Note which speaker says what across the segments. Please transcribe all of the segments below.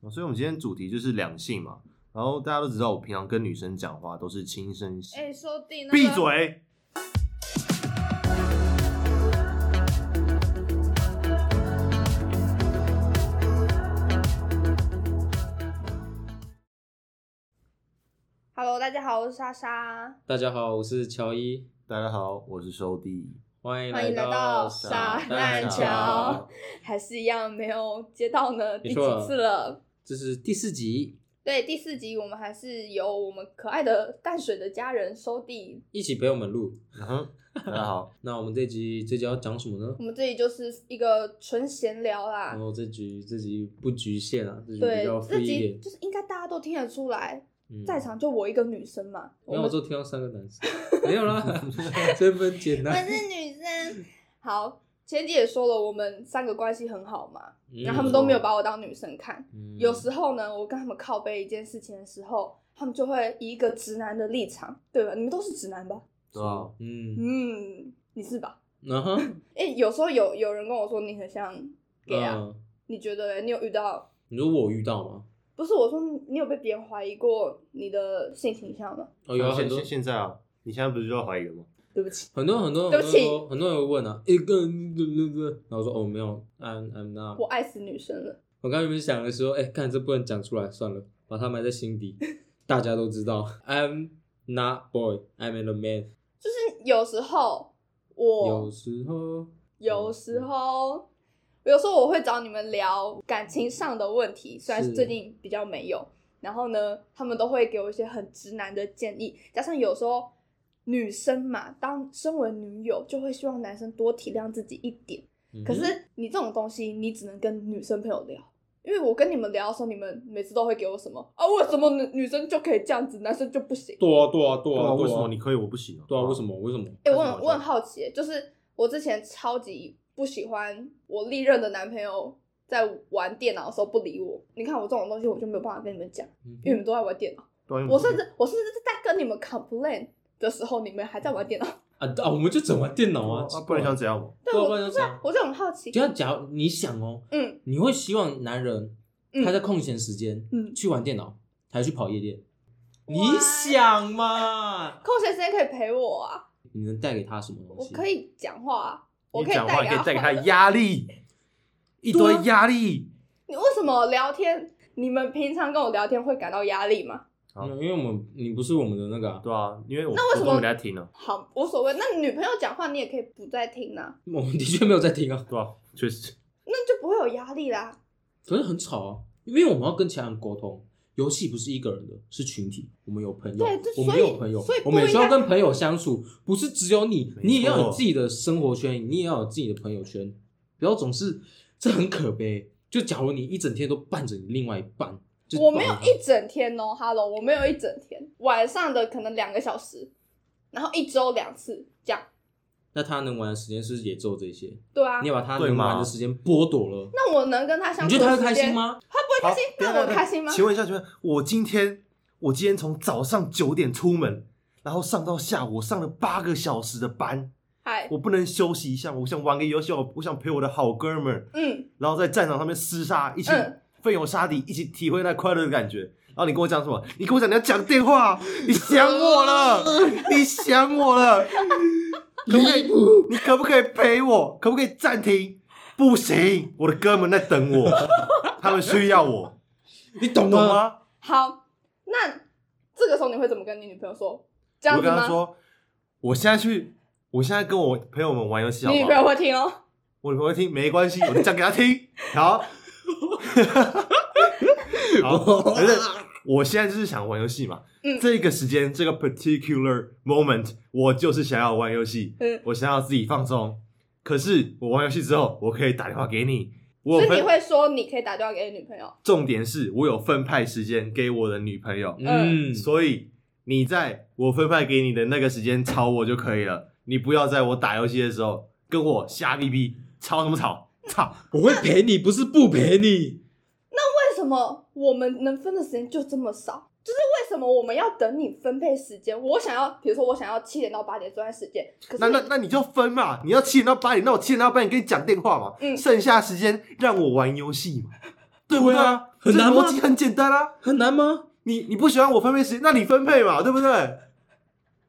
Speaker 1: 哦所以我们今天主题就是两性嘛。然后大家都知道，我平常跟女生讲话都是轻声细，
Speaker 2: 哎、说不定那个
Speaker 1: 闭、嘴。
Speaker 2: ！Hello，大家好，我是莎莎，
Speaker 3: 大家好，我是乔伊，
Speaker 1: 大家好，我是收弟。
Speaker 3: 欢迎
Speaker 2: 欢迎来
Speaker 3: 到
Speaker 2: 到傻
Speaker 3: 蛋
Speaker 2: 蛋乔，还是一样没有接到呢，第几
Speaker 3: 没错啊
Speaker 2: 次了？
Speaker 3: 这是第四集，
Speaker 2: 对，第四集我们还是由我们可爱的淡水的家人收地。
Speaker 3: 一起陪我们录。
Speaker 1: 嗯哼，大家好，
Speaker 3: 那我们这集这集要讲什么呢
Speaker 2: 我？们这里就是一个纯闲聊啦
Speaker 3: 然，后这集这集不局限啊，这集哦比
Speaker 2: 对
Speaker 3: 较，富
Speaker 2: 这
Speaker 3: 一
Speaker 2: 集
Speaker 3: 点。
Speaker 2: 就是应该大家都听得出来，
Speaker 3: 嗯
Speaker 2: 在，场就我一个女生 嘛，
Speaker 3: 没
Speaker 2: 我
Speaker 3: 有，
Speaker 2: 们
Speaker 3: 我就听到三个 男生，没有啦，这分简
Speaker 2: 我
Speaker 3: 单。
Speaker 2: 是女生。好，前集也说了，我们三个关系很好嘛，
Speaker 3: 嗯
Speaker 2: 然后他们都没有把我当女生看。
Speaker 3: 嗯
Speaker 2: 有时候呢，我跟他们靠背一件事情的时候，他们就会以一个直男的立场，对吧？你们都是直男吧？
Speaker 1: 对啊，
Speaker 3: 嗯，
Speaker 2: 嗯，你是吧？
Speaker 3: 然后
Speaker 2: 哎、有时候有有人跟我说你很像 gay 啊，
Speaker 3: 嗯，
Speaker 2: 你觉得你有遇到？
Speaker 3: 你说我遇到吗？
Speaker 2: 不是我说，你有被别人怀疑过你的性倾向吗？
Speaker 3: 哦，有啊很
Speaker 1: 现
Speaker 3: 多
Speaker 1: 现现在啊，你现在不是就要怀疑了吗？
Speaker 2: 对不起，
Speaker 3: 很多很多
Speaker 2: 对
Speaker 3: 很
Speaker 2: 不
Speaker 3: 多
Speaker 2: 起
Speaker 3: 人会很多人会问啊，一个对对对，然后我说哦没有，I'm I'm not
Speaker 2: 我。爱死女生了。
Speaker 3: 我刚原本想的时候，哎，看这不能讲出来，算了，把它埋在心底，大家都知道，I'm not boy, I'm a man。
Speaker 2: 就是有时候我
Speaker 3: 有时候，嗯
Speaker 2: 有时候，有时候我会找你们聊感情上的问题，虽然
Speaker 3: 是
Speaker 2: 最近比较没有。然后呢，他们都会给我一些很直男的建议，加上有时候女生嘛，当身为女友，就会希望男生多体谅自己一点。
Speaker 3: 嗯
Speaker 2: 可是你这种东西，你只能跟女生朋友聊。因为我跟你们聊的时候，你们每次都会给我什么啊？为什么女女生就可以这样子，男生就不行？
Speaker 3: 对啊，对啊，对
Speaker 1: 对
Speaker 3: 啊，
Speaker 1: 啊，为什
Speaker 3: 对啊
Speaker 1: 么你可以我不行啊？
Speaker 3: 对啊，为什么？为什么？
Speaker 2: 哎、
Speaker 1: 为
Speaker 2: 我
Speaker 1: 什么
Speaker 2: 很
Speaker 1: 我这
Speaker 2: 我
Speaker 1: 样
Speaker 2: 很好奇耶，就是我之前超级不喜欢我历任的男朋友在玩电脑的时候不理我。你看我这种东西，我就没有办法跟你们讲，
Speaker 1: 嗯
Speaker 2: 因为你们都在玩电脑。
Speaker 1: 对啊？因为
Speaker 2: 我甚至我甚至是在跟你们 complain 的时候，你们还在玩电脑。
Speaker 3: 啊啊，我们就整玩电脑啊
Speaker 1: 啊，，不然
Speaker 3: 奇怪
Speaker 1: 想怎样嘛？
Speaker 2: 对，
Speaker 3: 对啊
Speaker 2: 我
Speaker 3: 不然
Speaker 2: 不
Speaker 3: 就是这
Speaker 2: 啊
Speaker 3: 样，
Speaker 2: 我就很好奇。
Speaker 3: 就像假如你想哦，
Speaker 2: 嗯
Speaker 3: 你会希望男人
Speaker 2: 嗯
Speaker 3: 他在空闲时间
Speaker 2: 嗯，
Speaker 3: 去玩电脑，还去跑夜店？
Speaker 2: 哇
Speaker 3: 你想嘛？
Speaker 2: 空闲时间可以陪我啊，
Speaker 3: 你能带给他什么东
Speaker 2: 我
Speaker 3: 西？
Speaker 2: 可以讲话啊，我
Speaker 1: 你
Speaker 2: 可以
Speaker 1: 讲话
Speaker 2: 带
Speaker 1: 你
Speaker 2: 给
Speaker 1: 可以
Speaker 2: 他
Speaker 1: 带给他
Speaker 2: 欢乐
Speaker 1: 压力，
Speaker 2: 啊
Speaker 1: 一堆压力。
Speaker 2: 你为什么聊天？你们平常跟我聊天会感到压力吗？
Speaker 1: 好
Speaker 3: 嗯因为我们你不是我们的那个啊，
Speaker 1: 对啊，因为我
Speaker 2: 那为什
Speaker 1: 我都
Speaker 2: 么
Speaker 1: 没在听啊，
Speaker 2: 好，无所谓。那女朋友讲话你也可以不再听啊。
Speaker 3: 我们的确没有在听啊，
Speaker 1: 对啊，确实。
Speaker 2: 那就不会有压力啦。
Speaker 3: 可是很吵啊，因为我们要跟其他人沟通。游戏不是一个人的，是群体。我们有朋友
Speaker 2: 对这，所
Speaker 3: 我们
Speaker 2: 以
Speaker 3: 有朋友
Speaker 2: 所以，不
Speaker 3: 我们也是要
Speaker 2: 应该
Speaker 3: 跟朋友相处，不是只有你，
Speaker 1: 没
Speaker 3: 你也要有
Speaker 1: 错
Speaker 3: 自己的生活圈，你也要有自己的朋友圈，不要总是，这很可悲。就假如你一整天都伴着你另外一半，就是
Speaker 2: 我没有
Speaker 3: 绑着他
Speaker 2: 一整天哦，Hello，我没有一整天，晚上的可能两个小时，然后一周两次这样。
Speaker 3: 那他能玩的时间是不是也只有这些？
Speaker 2: 对啊
Speaker 3: 你，也把他
Speaker 1: 对
Speaker 3: 能
Speaker 1: 嘛
Speaker 3: 玩的时间剥夺了，
Speaker 2: 那我能跟他相
Speaker 3: 你
Speaker 2: 处
Speaker 3: 觉得他
Speaker 2: 的时
Speaker 3: 会开心
Speaker 2: 间？
Speaker 3: 吗？
Speaker 2: 他不会开心，
Speaker 1: 好
Speaker 2: 但我开心吗？
Speaker 1: 请问一下，请问我今天我今天从早上九点出门，然后上到下午，我上了八个小时的班，
Speaker 2: 嗨，
Speaker 1: 我不能休息一下吗？我想玩个游戏，我我想陪我的好哥们儿，
Speaker 2: 嗯，
Speaker 1: 然后在战场上面厮杀，一起
Speaker 2: 嗯
Speaker 1: 奋勇杀敌，一起体会那快乐的感觉。然后你跟我讲什么？你跟我讲你要讲电话，你想我 了，你想我了，可不可以？你可不可以陪我？可不可以暂停？不行，我的哥们在等我，他们需要我，
Speaker 3: 你懂
Speaker 1: 懂？吗？
Speaker 2: 嗯好，那这个时候你会怎么跟你女朋友说？这样
Speaker 1: 我
Speaker 2: 子
Speaker 1: 跟他
Speaker 2: 吗？
Speaker 1: 说，我现在去，我现在跟我朋友们玩游戏好
Speaker 2: 你
Speaker 1: 不
Speaker 2: 女
Speaker 1: 好
Speaker 2: 朋？友会听哦。
Speaker 1: 我女朋友听没关系，我就讲给他 听。好， 好，可是我现在就是想玩游戏嘛。
Speaker 2: 嗯
Speaker 1: 这个时间，这个 particular moment，我就是想要玩游戏，
Speaker 2: 嗯
Speaker 1: 我想要自己放松。可是我玩游戏之后，我可以打电话给你。我有
Speaker 2: 所以你
Speaker 1: 分，
Speaker 2: 会说你可以打电话给你女朋友。
Speaker 1: 重点是我有分派时间给我的女朋友。
Speaker 3: 嗯，
Speaker 1: 所以你在我分派给你的那个时间吵我就可以了，你不要在我打游戏的时候跟我瞎逼逼吵什么吵，吵！
Speaker 3: 我会陪你，不是不陪你。
Speaker 2: 为什么我们能分的时间就这么少？就是为什么我们要等你分配时间？我想要，比如说我想要七点到八点这段时间，可是
Speaker 1: 那那那你就分嘛，你要七点到八点，那我七点到八点跟你讲电话嘛，
Speaker 2: 嗯
Speaker 1: 剩下时间让我玩游戏嘛，对不对
Speaker 3: 对
Speaker 1: 啊
Speaker 3: 啊？很难吗
Speaker 1: 这逻辑很简单啊，
Speaker 3: 很难 吗？
Speaker 1: 你你不喜欢我分配时间，那你分配嘛，对不对？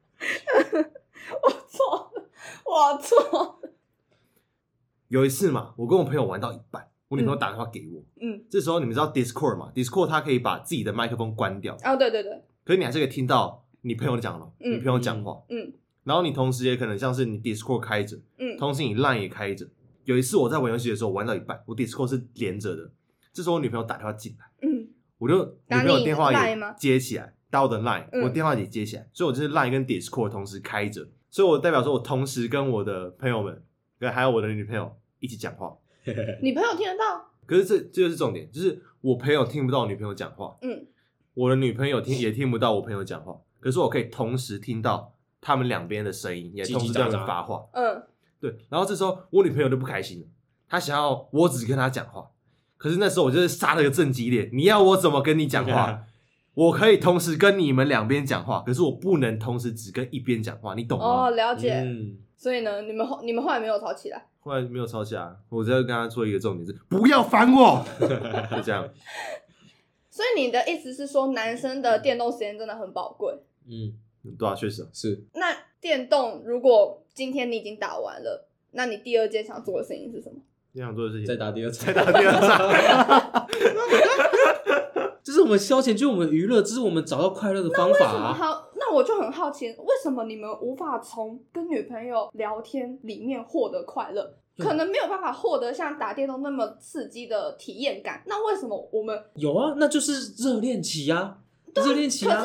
Speaker 2: 我错了，我错了，
Speaker 1: 有一次嘛，我跟我朋友玩到一半，我女朋友打电话给我，
Speaker 2: 嗯，
Speaker 1: 这时候你们知道 Discord 嘛？Discord 它可以把自己的麦克风关掉，
Speaker 2: 哦，对对对，
Speaker 1: 可是你还是可以听到你朋友讲了，
Speaker 2: 嗯
Speaker 1: 你朋友讲话，
Speaker 2: 嗯
Speaker 1: 然后你同时也可能像是你 Discord 开着，
Speaker 2: 嗯，
Speaker 1: 同时你 Line 也开着。有一次我在玩游戏的时候玩到一半，我 Discord 是连着的，这时候我女朋友打电话进来，
Speaker 2: 嗯
Speaker 1: 我就女
Speaker 2: 打
Speaker 1: 朋友
Speaker 2: 你
Speaker 1: 电话
Speaker 2: Line
Speaker 1: 也
Speaker 2: 吗
Speaker 1: 接起来，打我的 Line，、
Speaker 2: 嗯
Speaker 1: 我电话也接起来，所以我就是 Line 跟 Discord 同时开着，所以我代表说我同时跟我的朋友们，跟还有我的女朋友一起讲话。
Speaker 2: 你朋友听得到？
Speaker 1: 可是这这就是重点，就是我朋友听不到我女朋友讲话，
Speaker 2: 嗯，
Speaker 1: 我的女朋友听也听不到我朋友讲话，可是我可以同时听到他们两边的声音，也
Speaker 3: 叽叽
Speaker 1: 同时对他们
Speaker 3: 喳喳
Speaker 1: 发话。
Speaker 2: 嗯，
Speaker 1: 对，然后这时候我女朋友就不开心了，她想要我只跟她讲话，可是那时候我就是杀了个正激烈，你要我怎么跟你讲 话？我可以同时跟你们两边讲话，可是我不能同时只跟一边讲话，你懂吗？
Speaker 2: 哦，了解。
Speaker 3: 嗯，
Speaker 2: 所以呢，你们后你们后来没有吵起来，
Speaker 1: 后来没有吵起来，我只要跟她说一个重点是不要烦我， 就这样。
Speaker 2: 所以你的意思是说，男生的电动时间真的很宝贵？
Speaker 3: 嗯，
Speaker 1: 对啊，确实啊，
Speaker 3: 是
Speaker 2: 那电动如果今天你已经打完了，那你第二件想做的事情是什么？
Speaker 1: 你想做的事情
Speaker 3: 再打第二场，
Speaker 1: 再打第二场。
Speaker 3: 这是我们消 遣，就是我们娱乐，这是我们找到快乐的方
Speaker 2: 为
Speaker 3: 法、
Speaker 2: 什么
Speaker 3: 啊。
Speaker 2: 好？那我就很好奇，为什么你们无法从跟女朋友聊天里面获得快乐？
Speaker 3: 嗯
Speaker 2: 可能没有办法获得像打电动那么刺激的体验感。那为什么我们
Speaker 3: 有啊，那就是热恋期啊，热恋期啊，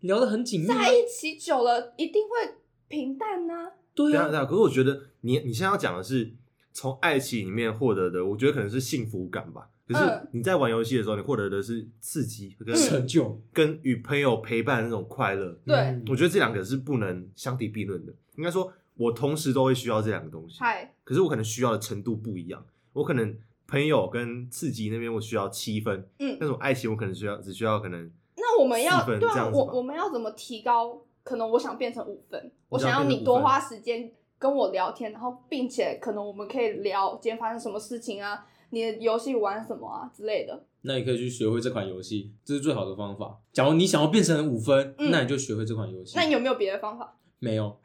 Speaker 3: 聊得很紧密、啊
Speaker 2: 在，一起久了一定会平淡呢、
Speaker 3: 对
Speaker 1: 对啊，对
Speaker 3: 啊，
Speaker 1: 啊。可是我觉得你你现在要讲的是从爱情里面获得的，我觉得可能是幸福感吧。可是
Speaker 2: 嗯
Speaker 1: 你在玩游戏的时候，你获得的是刺激跟、
Speaker 3: 成就，
Speaker 1: 跟与朋友陪伴的那种快乐。
Speaker 2: 对
Speaker 3: 嗯
Speaker 1: 我觉得这两个是不能相提并论的。应该说，我同时都会需要这两个东西，
Speaker 2: 嗨，
Speaker 1: 可是我可能需要的程度不一样。我可能朋友跟刺激那边我需要七分，
Speaker 2: 嗯
Speaker 1: 那，种爱情我可能需要只需要可能
Speaker 2: 那我们要
Speaker 1: 四分
Speaker 2: 对
Speaker 1: 这样
Speaker 2: 啊，
Speaker 1: 子
Speaker 2: 我
Speaker 1: 吧
Speaker 2: 我们要怎么提高？可能我想变成五分，我
Speaker 1: 想
Speaker 2: 想
Speaker 1: 要
Speaker 2: 要
Speaker 1: 变成
Speaker 2: 你
Speaker 1: 五
Speaker 2: 多
Speaker 1: 分
Speaker 2: 花时间跟我聊天，然后并且可能我们可以聊今天发生什么事情啊，你的游戏玩什么啊之类的。
Speaker 3: 那你可以去学会这款游戏，这是最好的方法。假如你想要变成五分，
Speaker 2: 嗯
Speaker 3: 那你就学会这款游戏。
Speaker 2: 那你有没有别的方法？
Speaker 3: 没有？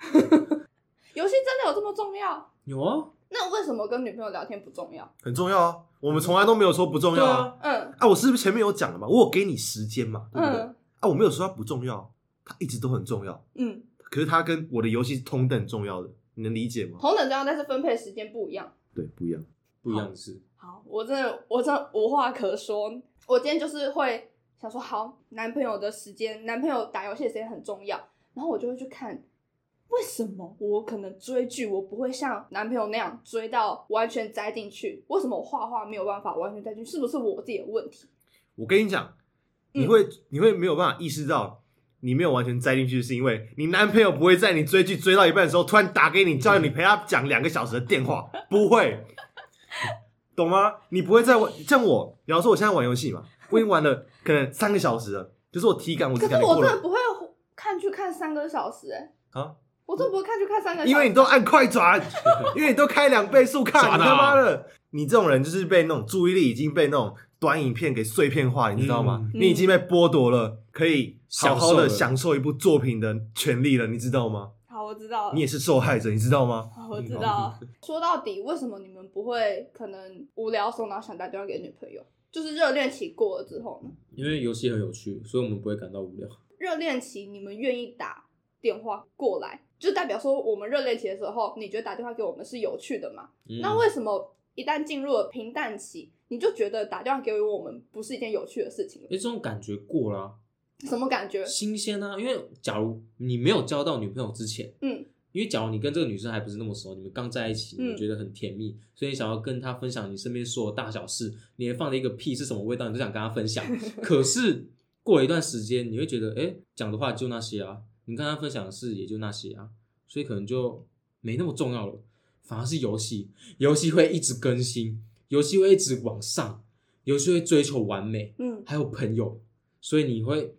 Speaker 2: 游戏真的有这么重要？
Speaker 3: 有啊，
Speaker 2: 那为什么跟女朋友聊天不重要？
Speaker 1: 很重要啊。我们从来都没有说不重
Speaker 3: 对
Speaker 1: 要
Speaker 3: 啊。
Speaker 2: 嗯
Speaker 1: 啊，我是不是前面有讲了嘛？我有给你时间嘛，对不对？
Speaker 2: 嗯
Speaker 1: 啊，我没有说它不重要，它一直都很重要。
Speaker 2: 嗯，
Speaker 1: 可是它跟我的游戏是同等重要的，你能理解吗？
Speaker 2: 同等重要，但是分配时间不一样。
Speaker 1: 对，不一样。
Speaker 3: 不一样的是，
Speaker 2: 好，我真的我真的无话可说。我今天就是会想说，好，男朋友的时间，男朋友打游戏的时间很重要，然后我就会去看。为什么我可能追剧，我不会像男朋友那样追到完全栽进去？为什么我画画没有办法完全栽进去？是不是我自己的问题？
Speaker 1: 我跟你讲，
Speaker 2: 嗯
Speaker 1: 你会、你会没有办法意识到。你没有完全栽进去，是因为你男朋友不会在你追剧追到一半的时候突然打给你，叫你陪他讲两个小时的电话，不会，懂吗？你不会在玩像我，比方说我现在玩游戏嘛，我已经玩了可能三个小时了，就是我体感我
Speaker 2: 可
Speaker 1: 只
Speaker 2: 是
Speaker 1: 感觉
Speaker 2: 我
Speaker 1: 过
Speaker 2: 真
Speaker 1: 了
Speaker 2: 的不会看剧看三个小时、欸，
Speaker 1: 啊，
Speaker 2: 我真的不会看剧看三个小时，
Speaker 1: 因为你都按快 转，因为你都开两倍速看，
Speaker 3: 抓
Speaker 1: 你
Speaker 3: 到
Speaker 1: 他妈的，你这种人就是被那种注意力已经被那种短影片给碎片化，你知道吗？
Speaker 2: 嗯
Speaker 1: 你已经被剥夺了可以好好的
Speaker 3: 享受了
Speaker 1: 享受一部作品的权利了，你知道吗？
Speaker 2: 好，我知道了
Speaker 3: 嗯
Speaker 1: 你。也是受害者，你知道吗？
Speaker 2: 哦 我知道。说到底，为什么你们不会可能无聊的时候，然后想打电话给女朋友？就是热恋期过了之后呢？
Speaker 3: 因为游戏很有趣，所以我们不会感到无聊。
Speaker 2: 热恋期你们愿意打电话过来，就代表说我们热恋期的时候，你觉得打电话给我们是有趣的嘛？
Speaker 3: 嗯
Speaker 2: 那为什么一旦进入了平淡期，你就觉得打电话给我们不是一件有趣的事情了？
Speaker 3: 诶这种感觉过啦、
Speaker 2: 什么感觉？
Speaker 3: 新鲜啊。因为假如你没有交到女朋友之前，
Speaker 2: 嗯，
Speaker 3: 因为假如你跟这个女生还不是那么熟，你们刚在一起，
Speaker 2: 嗯
Speaker 3: 你觉得很甜蜜，所以你想要跟她分享你身边所有大小事，你连放的一个屁是什么味道，你都想跟 她分享。可是过了一段时间，你会觉得，哎、讲的话就那些啊，你跟她分享的事也就那些啊，所以可能就没那么重要了。反而是游戏，游戏会一直更新，游戏会一直往上，游戏会追求完美，
Speaker 2: 嗯，
Speaker 3: 还有朋友，所以你会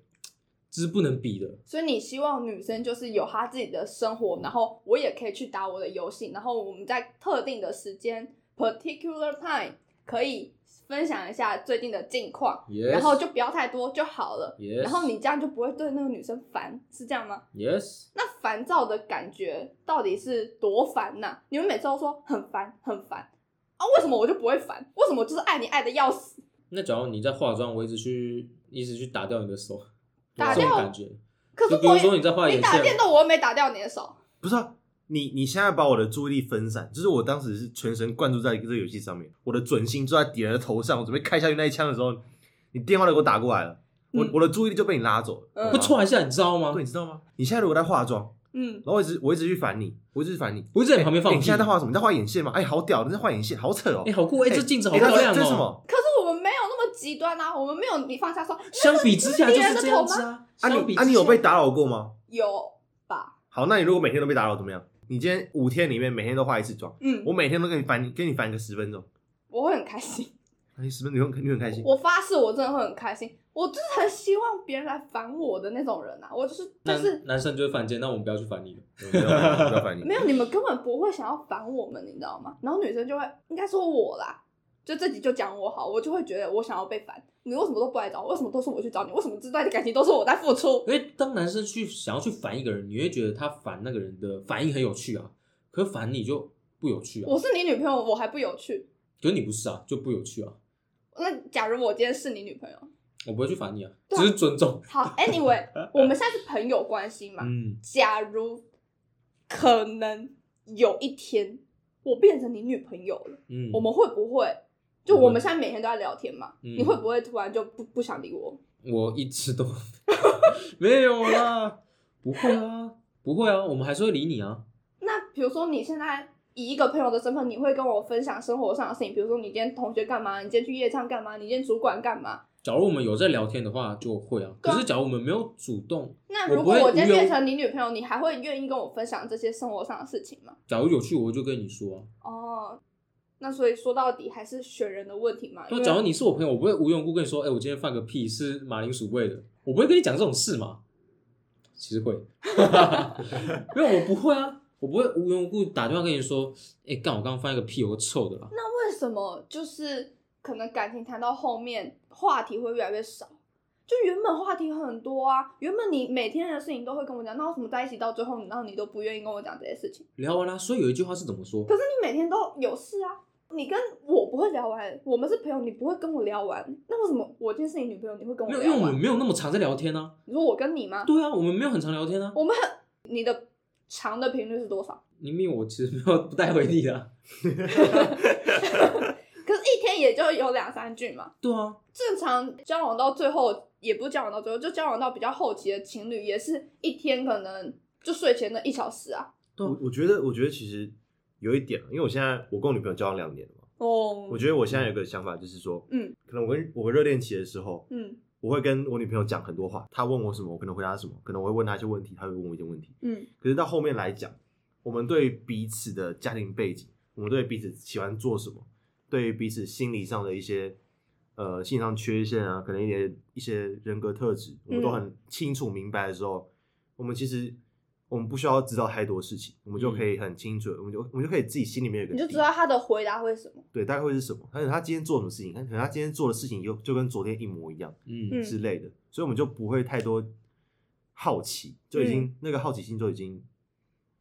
Speaker 3: 这是不能比的。
Speaker 2: 所以你希望女生就是有她自己的生活，然后我也可以去打我的游戏，然后我们在特定的时间 （particular time） 可以分享一下最近的近况
Speaker 3: Yes
Speaker 2: 然后就不要太多就好了。
Speaker 3: Yes
Speaker 2: 然后你这样就不会对那个女生烦，是这样吗？
Speaker 3: Yes，
Speaker 2: 那烦躁的感觉到底是多烦呐、你们每次都说很烦很烦啊，为什么我就不会烦？为什么我就是爱你爱的要死？
Speaker 3: 那假如你在化妆，我一直去一直去打掉你的手，
Speaker 2: 打
Speaker 3: 这种
Speaker 2: 掉
Speaker 3: 感觉。
Speaker 2: 可是
Speaker 3: 就比
Speaker 2: 我
Speaker 3: 如
Speaker 2: 也
Speaker 3: 说你在画眼
Speaker 2: 你打
Speaker 3: 线，
Speaker 2: 电动，我又没打掉你的手。
Speaker 1: 不是啊，你你现在把我的注意力分散，就是我当时是全神贯注在这个游戏上面，我的准心就在敌人的头上，我准备开下去那一枪的时候，你电话都给我打过来了，我、
Speaker 3: 嗯
Speaker 1: 我的注意力就被你拉走了。啊
Speaker 2: 嗯
Speaker 3: 会踹一下，你知道吗？
Speaker 1: 对，你知道吗？你现在如果在化妆，
Speaker 2: 嗯，
Speaker 1: 然后我一直我一直去烦你，我一直去烦你，
Speaker 3: 我就在你旁边放
Speaker 1: 哎
Speaker 3: 屁。
Speaker 1: 你现在在画什么？你在画眼线吗？哎，好屌！你在画眼线，好扯哦。
Speaker 3: 哎，好酷！哎，
Speaker 1: 哎
Speaker 3: 这镜子好
Speaker 1: 哎那
Speaker 3: 漂亮
Speaker 1: 这这是什
Speaker 3: 哦。
Speaker 1: 么？
Speaker 2: 可是我们没有那么极端啊，我们没有你放下说
Speaker 3: 相比之下就是
Speaker 2: 那是别人
Speaker 3: 这
Speaker 2: 的
Speaker 3: 样子啊。
Speaker 1: 啊
Speaker 3: 相比
Speaker 1: 你
Speaker 3: 之
Speaker 1: 啊你有
Speaker 3: 下
Speaker 1: 被打扰过吗？
Speaker 2: 有吧？
Speaker 1: 好，那你如果每天都被打扰怎么样？你今天五天里面每天都化一次妆，
Speaker 2: 嗯，
Speaker 1: 我每天都跟你烦，跟你烦个十分钟，
Speaker 2: 我会很开心，
Speaker 1: 哎，十分钟你很你很开心。
Speaker 2: 我发誓我真的会很开心，我就是很希望别人来烦我的那种人啊，我就是就
Speaker 3: 男
Speaker 2: 是
Speaker 3: 男生就会犯贱，那我们不要去烦你了。
Speaker 1: 没有没有不要烦你。
Speaker 2: 没有你们根本不会想要烦我们，你知道吗？然后女生就会应该说我啦，就这集就讲我好，我就会觉得我想要被烦，你为什么都不来找我？为什么都是我去找你？为什么这段感情都是我在付出？
Speaker 3: 因为当男生去想要去烦一个人，你会觉得他烦那个人的反应很有趣啊，可是烦你就不有趣啊。
Speaker 2: 我是你女朋友，我还不有趣。
Speaker 3: 可是你不是啊，就不有趣啊。
Speaker 2: 那假如我今天是你女朋友，
Speaker 3: 我不会去烦你啊，只
Speaker 2: 对啊
Speaker 3: 是尊重。
Speaker 2: 好，Anyway，我们现在是朋友关系嘛？
Speaker 3: 嗯，
Speaker 2: 假如可能有一天我变成你女朋友了，
Speaker 3: 嗯，
Speaker 2: 我们会不会？就我们现在每天都在聊天嘛，
Speaker 3: 嗯
Speaker 2: 你会不会突然就不不想理我？
Speaker 3: 我一直都 没有啦，不会啊，不会啊，我们还是会理你啊。
Speaker 2: 那比如说你现在以一个朋友的身份，你会跟我分享生活上的事情，比如说你今天同学干嘛，你今天去夜唱干嘛，你今天主管干嘛？
Speaker 3: 假如我们有在聊天的话，就会啊。
Speaker 2: 对啊
Speaker 3: 可是假如我们没有主动，
Speaker 2: 那
Speaker 3: 我
Speaker 2: 如
Speaker 3: 不
Speaker 2: 果
Speaker 3: 会
Speaker 2: 我今天
Speaker 3: 无缘
Speaker 2: 变成你女朋友，你还会愿意跟我分享这些生活上的事情吗？
Speaker 3: 假如有趣，我就跟你说啊。
Speaker 2: 哦，那所以说到底还是选人的问题嘛。因
Speaker 3: 那
Speaker 2: 为
Speaker 3: 啊假如你是我朋友，我不会无缘无故跟你说，哎、我今天放个屁是马铃薯味的，我不会跟你讲这种事嘛。其实会， 没有，我不会啊，我不会无缘无故打电话跟你说，哎、干，我刚刚放一个屁，有个臭的啦。
Speaker 2: 为什么就是可能感情谈到后面话题会越来越少？就原本话题很多啊，原本你每天的事情都会跟我讲，那为什么在一起到最后，然后你都不愿意跟我讲这些事情？
Speaker 3: 聊完啦、所以有一句话是怎么说？
Speaker 2: 可是你每天都有事啊，你跟我不会聊完，我们是朋友，你不会跟我聊完，那为什么我今天是你女朋友，你会跟
Speaker 3: 没
Speaker 2: 我
Speaker 3: 有，因为
Speaker 2: 聊
Speaker 3: 我
Speaker 2: 完
Speaker 3: 们？没有那么常在聊天啊。
Speaker 2: 你说我跟你吗？
Speaker 3: 对啊，我们没有很常聊天啊。
Speaker 2: 我们很你的长的频率是多少？
Speaker 3: 你命我其实没有不带回你 的啊、
Speaker 2: 可是，一天也就有两三句嘛。
Speaker 3: 对啊，
Speaker 2: 正常交往到最后，也不是交往到最后，就交往到比较后期的情侣，也是一天可能就睡前的一小时啊。
Speaker 3: 哦
Speaker 1: 我我觉得，我觉得其实有一点，因为我现在我跟我女朋友交往两年了嘛，
Speaker 2: 哦，
Speaker 3: 嗯
Speaker 1: 我觉得我现在有个想法就是说，
Speaker 2: 嗯，
Speaker 1: 可能我跟我热恋期的时候，
Speaker 2: 嗯
Speaker 1: 我会跟我女朋友讲很多话，她问我什么，我可能回答她什么，可能我会问她一些问题，她会问我一些问题。
Speaker 2: 嗯
Speaker 1: 可是到后面来讲，我们对彼此的家庭背景，我们对彼此喜欢做什么，对彼此心理上的一些呃心理上缺陷啊，可能一些一些人格特质，我们
Speaker 2: 嗯
Speaker 1: 都很清楚明白的时候，我们其实我们不需要知道太多事情，我们就可以很清楚，我们就我们就可以自己心里面有个
Speaker 2: 嗯你就
Speaker 1: 底
Speaker 2: 知道他的回答会是什么。
Speaker 1: 对大概会是什么，但是他今天做什么事情，可能他今天做的事情又就跟昨天一模一样。
Speaker 3: 嗯
Speaker 2: 嗯
Speaker 1: 之类的，所以我们就不会太多好奇，就已经、那个好奇心就已经
Speaker 2: 嗯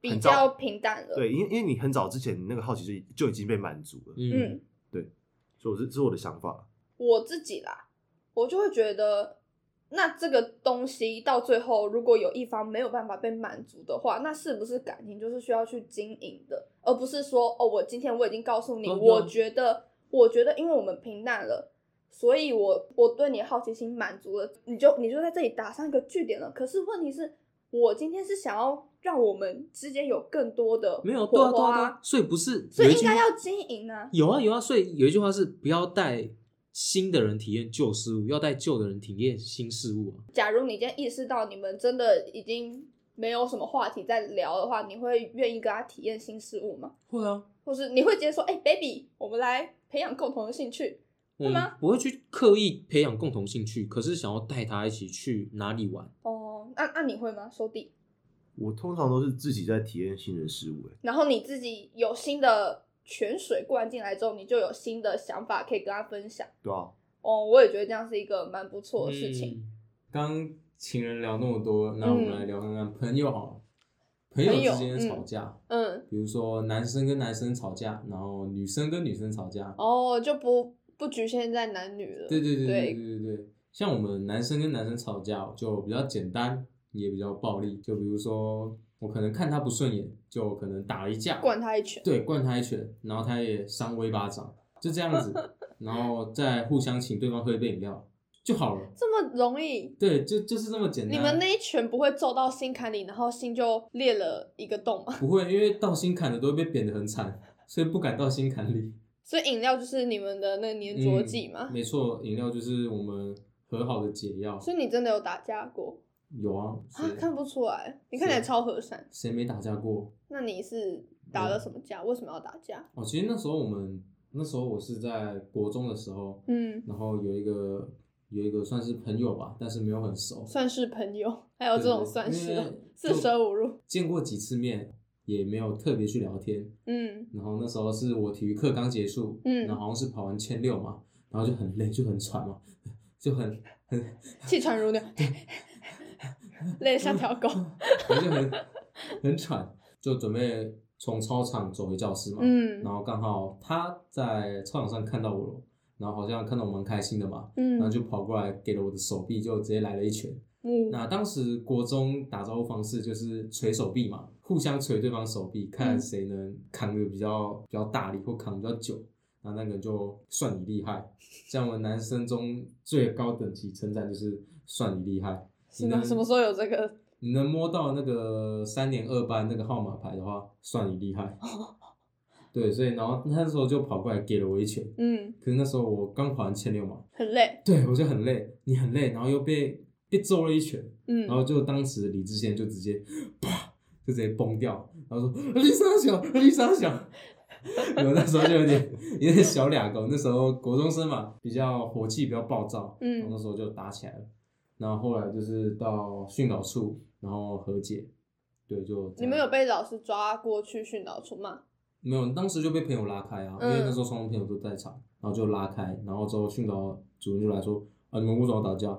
Speaker 2: 比
Speaker 1: 很早
Speaker 2: 较平淡了。，
Speaker 1: 对，因为因为你很早之前你那个好奇心就已经被满足了，
Speaker 3: 嗯，
Speaker 2: 嗯，
Speaker 1: 所以我是这是我的想法。
Speaker 2: 我自己啦，我就会觉得，那这个东西到最后，如果有一方没有办法被满足的话，那是不是感情就是需要去经营的，而不是说哦，我今天我已经告诉你，
Speaker 3: 哦对啊
Speaker 2: 我觉得，我觉得，因为我们平淡了。所以我我对你的好奇心满足了，你就你就在这里打上一个句点了。可是问题是，我今天是想要让我们之间有更多的
Speaker 3: 没有，对啊，
Speaker 2: 火
Speaker 3: 对啊，
Speaker 2: 花，
Speaker 3: 对啊所以不是，
Speaker 2: 所以应该要经营啊。
Speaker 3: 有啊有啊，所以有一句话是不要带新的人体验旧事物，要带旧的人体验新事物啊。
Speaker 2: 假如你今天意识到你们真的已经没有什么话题在聊的话，你会愿意跟他体验新事物吗？
Speaker 3: 会啊，
Speaker 2: 或是你会直接说：“哎、b a b y 我们来培养共同的兴趣。
Speaker 3: 我
Speaker 2: 会
Speaker 3: 们
Speaker 2: 吗
Speaker 3: 不会去刻意培养共同兴趣，可是想要带他一起去哪里玩。”
Speaker 2: 哦，那那你会吗，收弟？
Speaker 1: 我通常都是自己在体验新的事物、欸，
Speaker 2: 然后你自己有新的泉水灌进来之后，你就有新的想法可以跟他分享。
Speaker 4: 对啊，
Speaker 2: 哦，我也觉得这样是一个蛮不错的事情。嗯
Speaker 3: 嗯。刚情人聊那么多，那我们来聊看看朋友好了。朋友之间的吵架，
Speaker 2: 嗯，
Speaker 3: 比如说男生跟男生吵架，然后女生跟女生吵架。
Speaker 2: 哦，就不不局限在男女了。
Speaker 3: 对对对对
Speaker 2: 对
Speaker 3: 对对对，像我们男生跟男生吵架就比较简单，也比较暴力。就比如说我可能看他不顺眼，就可能打了一架，
Speaker 2: 灌他一拳。
Speaker 3: 对，灌他一拳，然后他也扇我一巴掌，就这样子， 然后再互相请对方喝一杯饮料就好了。
Speaker 2: 这么容易？
Speaker 3: 对，就就是这么简单。
Speaker 2: 你们那一拳不会揍到心坎里，然后心就裂了一个洞吗？
Speaker 3: 不会，因为到心坎的都会被贬得很惨，所以不敢到心坎里。
Speaker 2: 所以饮料就是你们的那个粘着剂嘛
Speaker 3: 嗯。没错，饮料就是我们和好的解药。
Speaker 2: 所以你真的有打架过
Speaker 3: 有啊，
Speaker 2: 啊？
Speaker 3: 谁
Speaker 2: 看不出来，你看起来超和善。
Speaker 3: 谁没打架过？
Speaker 2: 那你是打了什么架？为什么要打架？
Speaker 3: 哦，其实那时候我们那时候我是在国中的时候，
Speaker 2: 嗯，
Speaker 3: 然后有一个有一个算是朋友吧，但是没有很熟，
Speaker 2: 算是朋友，还有这种
Speaker 3: 对
Speaker 2: 算是哦
Speaker 3: 因为
Speaker 2: 四舍五入。
Speaker 3: 见过几次面，也没有特别去聊天。
Speaker 2: 嗯，
Speaker 3: 然后那时候是我体育课刚结束，
Speaker 2: 嗯
Speaker 3: 然后好像是跑完千六嘛，然后就很累，就很喘嘛，就很 很，
Speaker 2: 气喘如牛， 累得像条狗。
Speaker 3: 反正就很 很喘，就准备从操场走回教室嘛。
Speaker 2: 嗯
Speaker 3: 然后刚好他在操场上看到我了，然后好像看到我蛮开心的嘛，然后
Speaker 2: 嗯
Speaker 3: 就跑过来给了我的手臂，就直接来了一拳。
Speaker 2: 嗯，
Speaker 3: 那当时国中打招呼方式就是捶手臂嘛，互相捶对方手臂，
Speaker 2: 嗯
Speaker 3: 看谁能扛的比较比较大力或扛得比较久，那那个人就算你厉害。像我们男生中最高等级称赞就是算你厉害，
Speaker 2: 什么什么时候有这个？
Speaker 3: 你能摸到那个三年二班那个号码牌的话，算你厉害。 对，所以然后那时候就跑过来给了我一拳，
Speaker 2: 嗯，
Speaker 3: 可是那时候我刚跑完千六嘛，
Speaker 2: 很累。
Speaker 3: 对我就很累，你很累，然后又被被揍了一拳。
Speaker 2: 嗯
Speaker 3: 然，后就当时李智贤就直接啪，就直接崩掉，然后说李三小，李三小。我那时候就有点有点小俩狗，那时候国中生嘛，比较火气比较暴躁，
Speaker 2: 嗯
Speaker 3: 然后那时候就打起来了，然后后来就是到训导处，然后和解，对，就这
Speaker 2: 你
Speaker 3: 样
Speaker 2: 们有被老师抓过去训导处吗？
Speaker 3: 没有？当时就被朋友拉开啊，因
Speaker 2: 嗯
Speaker 3: 为那时候双方朋友都在场，然后就拉开，然后之后训导主任就来说啊，你们为什么打架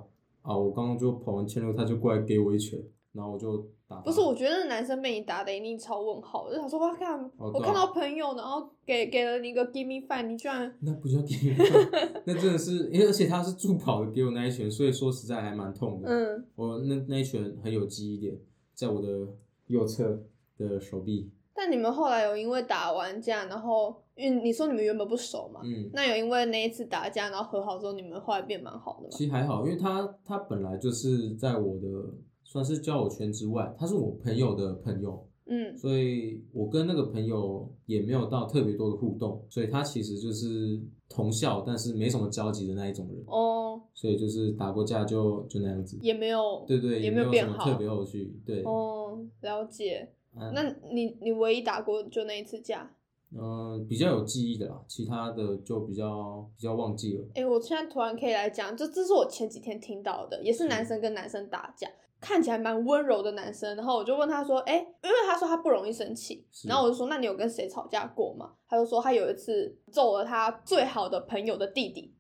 Speaker 3: 啊？我刚刚就跑完千六，他就过来给我一拳，然后我就打他。
Speaker 2: 不是，我觉得那男生被你打的一定超问号，我就想说，哇，看、我
Speaker 3: 哦对啊
Speaker 2: 看到朋友，然后给给了你一个 give me five，你居然
Speaker 3: 那不叫给你看， 那真的是，因为而且他是助跑的给我那一拳，所以说实在还蛮痛的。
Speaker 2: 嗯，
Speaker 3: 我那那一拳很有记忆点，在我的右侧的手臂。
Speaker 2: 但你们后来有因为打完架，然后因为你说你们原本不熟嘛，
Speaker 3: 嗯，
Speaker 2: 那有因为那一次打架，然后和好之后，你们后来变蛮好的嘛？
Speaker 3: 其实还好，因为他他本来就是在我的算是交友圈之外，他是我朋友的朋友，
Speaker 2: 嗯
Speaker 3: 所以我跟那个朋友也没有到特别多的互动，所以他其实就是同校，但是没什么交集的那一种人，
Speaker 2: 哦，
Speaker 3: 所以就是打过架就就那样子。
Speaker 2: 也没有
Speaker 3: 对对，
Speaker 2: 也
Speaker 3: 没
Speaker 2: 没
Speaker 3: 有
Speaker 2: 变
Speaker 3: 什么
Speaker 2: 好
Speaker 3: 特别后续，对，
Speaker 2: 哦，了解。
Speaker 3: 嗯
Speaker 2: 那你你唯一打过就那一次架？
Speaker 3: 嗯，比较有记忆的啦，其他的就比较比较忘记了。
Speaker 2: 哎、我现在突然可以来讲，这这是我前几天听到的，也是
Speaker 3: 嗯
Speaker 2: 男生跟男生打架，看起来蛮温柔的男生，然后我就问他说，哎、因为他说他不容易生气，
Speaker 3: 是
Speaker 2: 然后我就说，那你有跟谁吵架过吗？他就说他有一次揍了他最好的朋友的弟弟，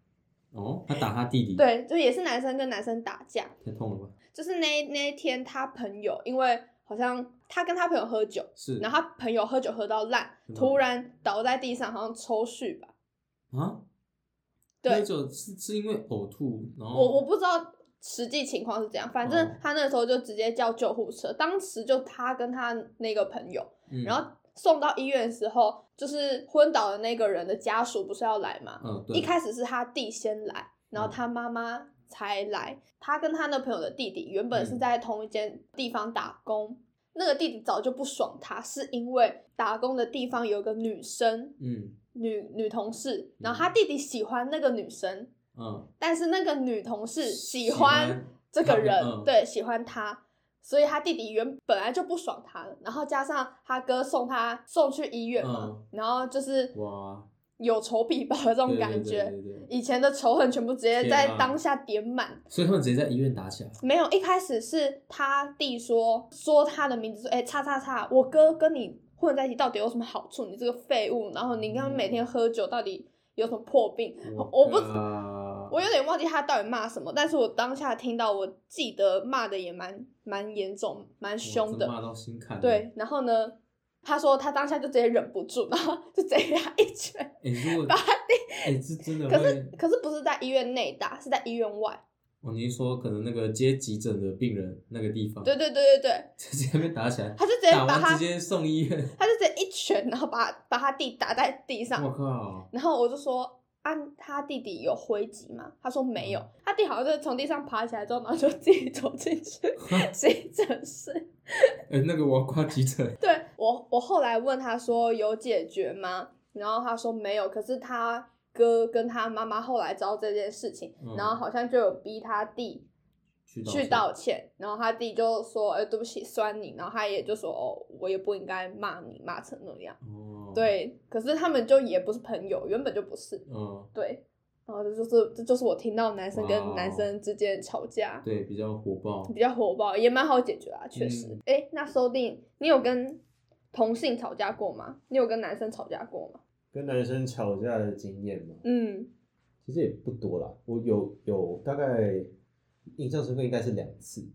Speaker 3: 哦，他打他弟弟，，
Speaker 2: 对，就也是男生跟男生打架，
Speaker 3: 太痛了吧？
Speaker 2: 就是那一那一天他朋友因为好像他跟他朋友喝酒，
Speaker 3: 是，
Speaker 2: 然后他朋友喝酒喝到烂，突然倒在地上，好像抽搐吧，
Speaker 3: 啊，
Speaker 2: 对
Speaker 3: 喝酒是是因为呕吐，然后
Speaker 2: 我我不知道实际情况是怎样，反
Speaker 3: 哦
Speaker 2: 正他那时候就直接叫救护车，当时就他跟他那个朋友，
Speaker 3: 嗯
Speaker 2: 然后送到医院的时候，就是昏倒的那个人的家属不是要来吗？
Speaker 3: 嗯，对，
Speaker 2: 一开始是他弟先来，然后
Speaker 3: 嗯
Speaker 2: 他妈妈才来，他跟他那朋友的弟弟原本是
Speaker 3: 嗯
Speaker 2: 在同一间地方打工。那个弟弟早就不爽他，是因为打工的地方有个女生，
Speaker 3: 嗯
Speaker 2: 女女同事，然后他弟弟喜欢那个女生，
Speaker 3: 嗯，
Speaker 2: 但是那个女同事喜
Speaker 3: 喜
Speaker 2: 欢这个人，
Speaker 3: 嗯
Speaker 2: 对，喜欢他，所以他弟弟原本来就不爽他了，然后加上他哥送他送去医院嘛，
Speaker 3: 嗯
Speaker 2: 然后就是
Speaker 3: 哇，
Speaker 2: 有仇必报的这种
Speaker 3: 对
Speaker 2: 感觉，
Speaker 3: 对对对对，
Speaker 2: 以前的仇恨全部直接
Speaker 3: 天
Speaker 2: 在
Speaker 3: 啊
Speaker 2: 当下点满。
Speaker 3: 所以他们直接在医院打起来，
Speaker 2: 没有，一开始是他弟说说他的名字，说哎，叉叉叉，我哥跟你混在一起到底有什么好处？你这个废物，然后你跟他每天喝酒到底有什么破病？我不
Speaker 3: 不
Speaker 2: 我有点忘记他到底骂什么，但是我当下听到，我记得骂的也蛮蛮严重、蛮凶的。
Speaker 3: 骂到心坎。
Speaker 2: 对，然后呢，他说他当下就直接忍不住，然后就直接给他一拳。
Speaker 3: 哎，如果
Speaker 2: 把他
Speaker 3: 哎，这真的
Speaker 2: 可是
Speaker 3: 会，
Speaker 2: 可是不是在医院内打，是在医院外。
Speaker 3: 哦，你是说可能那个接急诊的病人那个地方，
Speaker 2: 对，对对对对，
Speaker 3: 直接被打起来，
Speaker 2: 他就直接
Speaker 3: 打
Speaker 2: 把
Speaker 3: 完
Speaker 2: 他
Speaker 3: 直，接送医院。
Speaker 2: 他就直接一拳，然后把把他弟打在地
Speaker 3: 我
Speaker 2: 上。
Speaker 3: 靠！
Speaker 2: 然后我就说。啊，他弟弟有挥击吗？他说没
Speaker 3: 嗯
Speaker 2: 有，他弟好像就是从地上爬起来之后，然后就自己走 进去 急诊室。
Speaker 3: 哎，那个我要挂 急诊。
Speaker 2: 对我，我后来问他说有解决吗？然后他说没有，可是他哥跟他妈妈后来知道这件事情，
Speaker 3: 嗯
Speaker 2: 然后好像就有逼他弟去道歉，然后他弟就说：“哎、对不起，酸你。”然后他也就说：“哦，我也不应该骂你，骂成那样。
Speaker 3: 哦，，
Speaker 2: 对，可是他们就也不是朋友，原本就不是。
Speaker 3: 嗯，
Speaker 2: 对，然后这就是这就是我听到男生
Speaker 3: 哇哦
Speaker 2: 跟男生之间吵架。
Speaker 3: 对，比较火爆。
Speaker 2: 比较火爆，也蛮好解决啊，确实
Speaker 3: 嗯。
Speaker 2: 哎、那收定你有跟同性吵架过吗？你有跟男生吵架过吗？
Speaker 1: 跟男生吵架的经验嘛，
Speaker 2: 嗯，
Speaker 1: 其实也不多啦。我有有大概印象深刻应该是两次，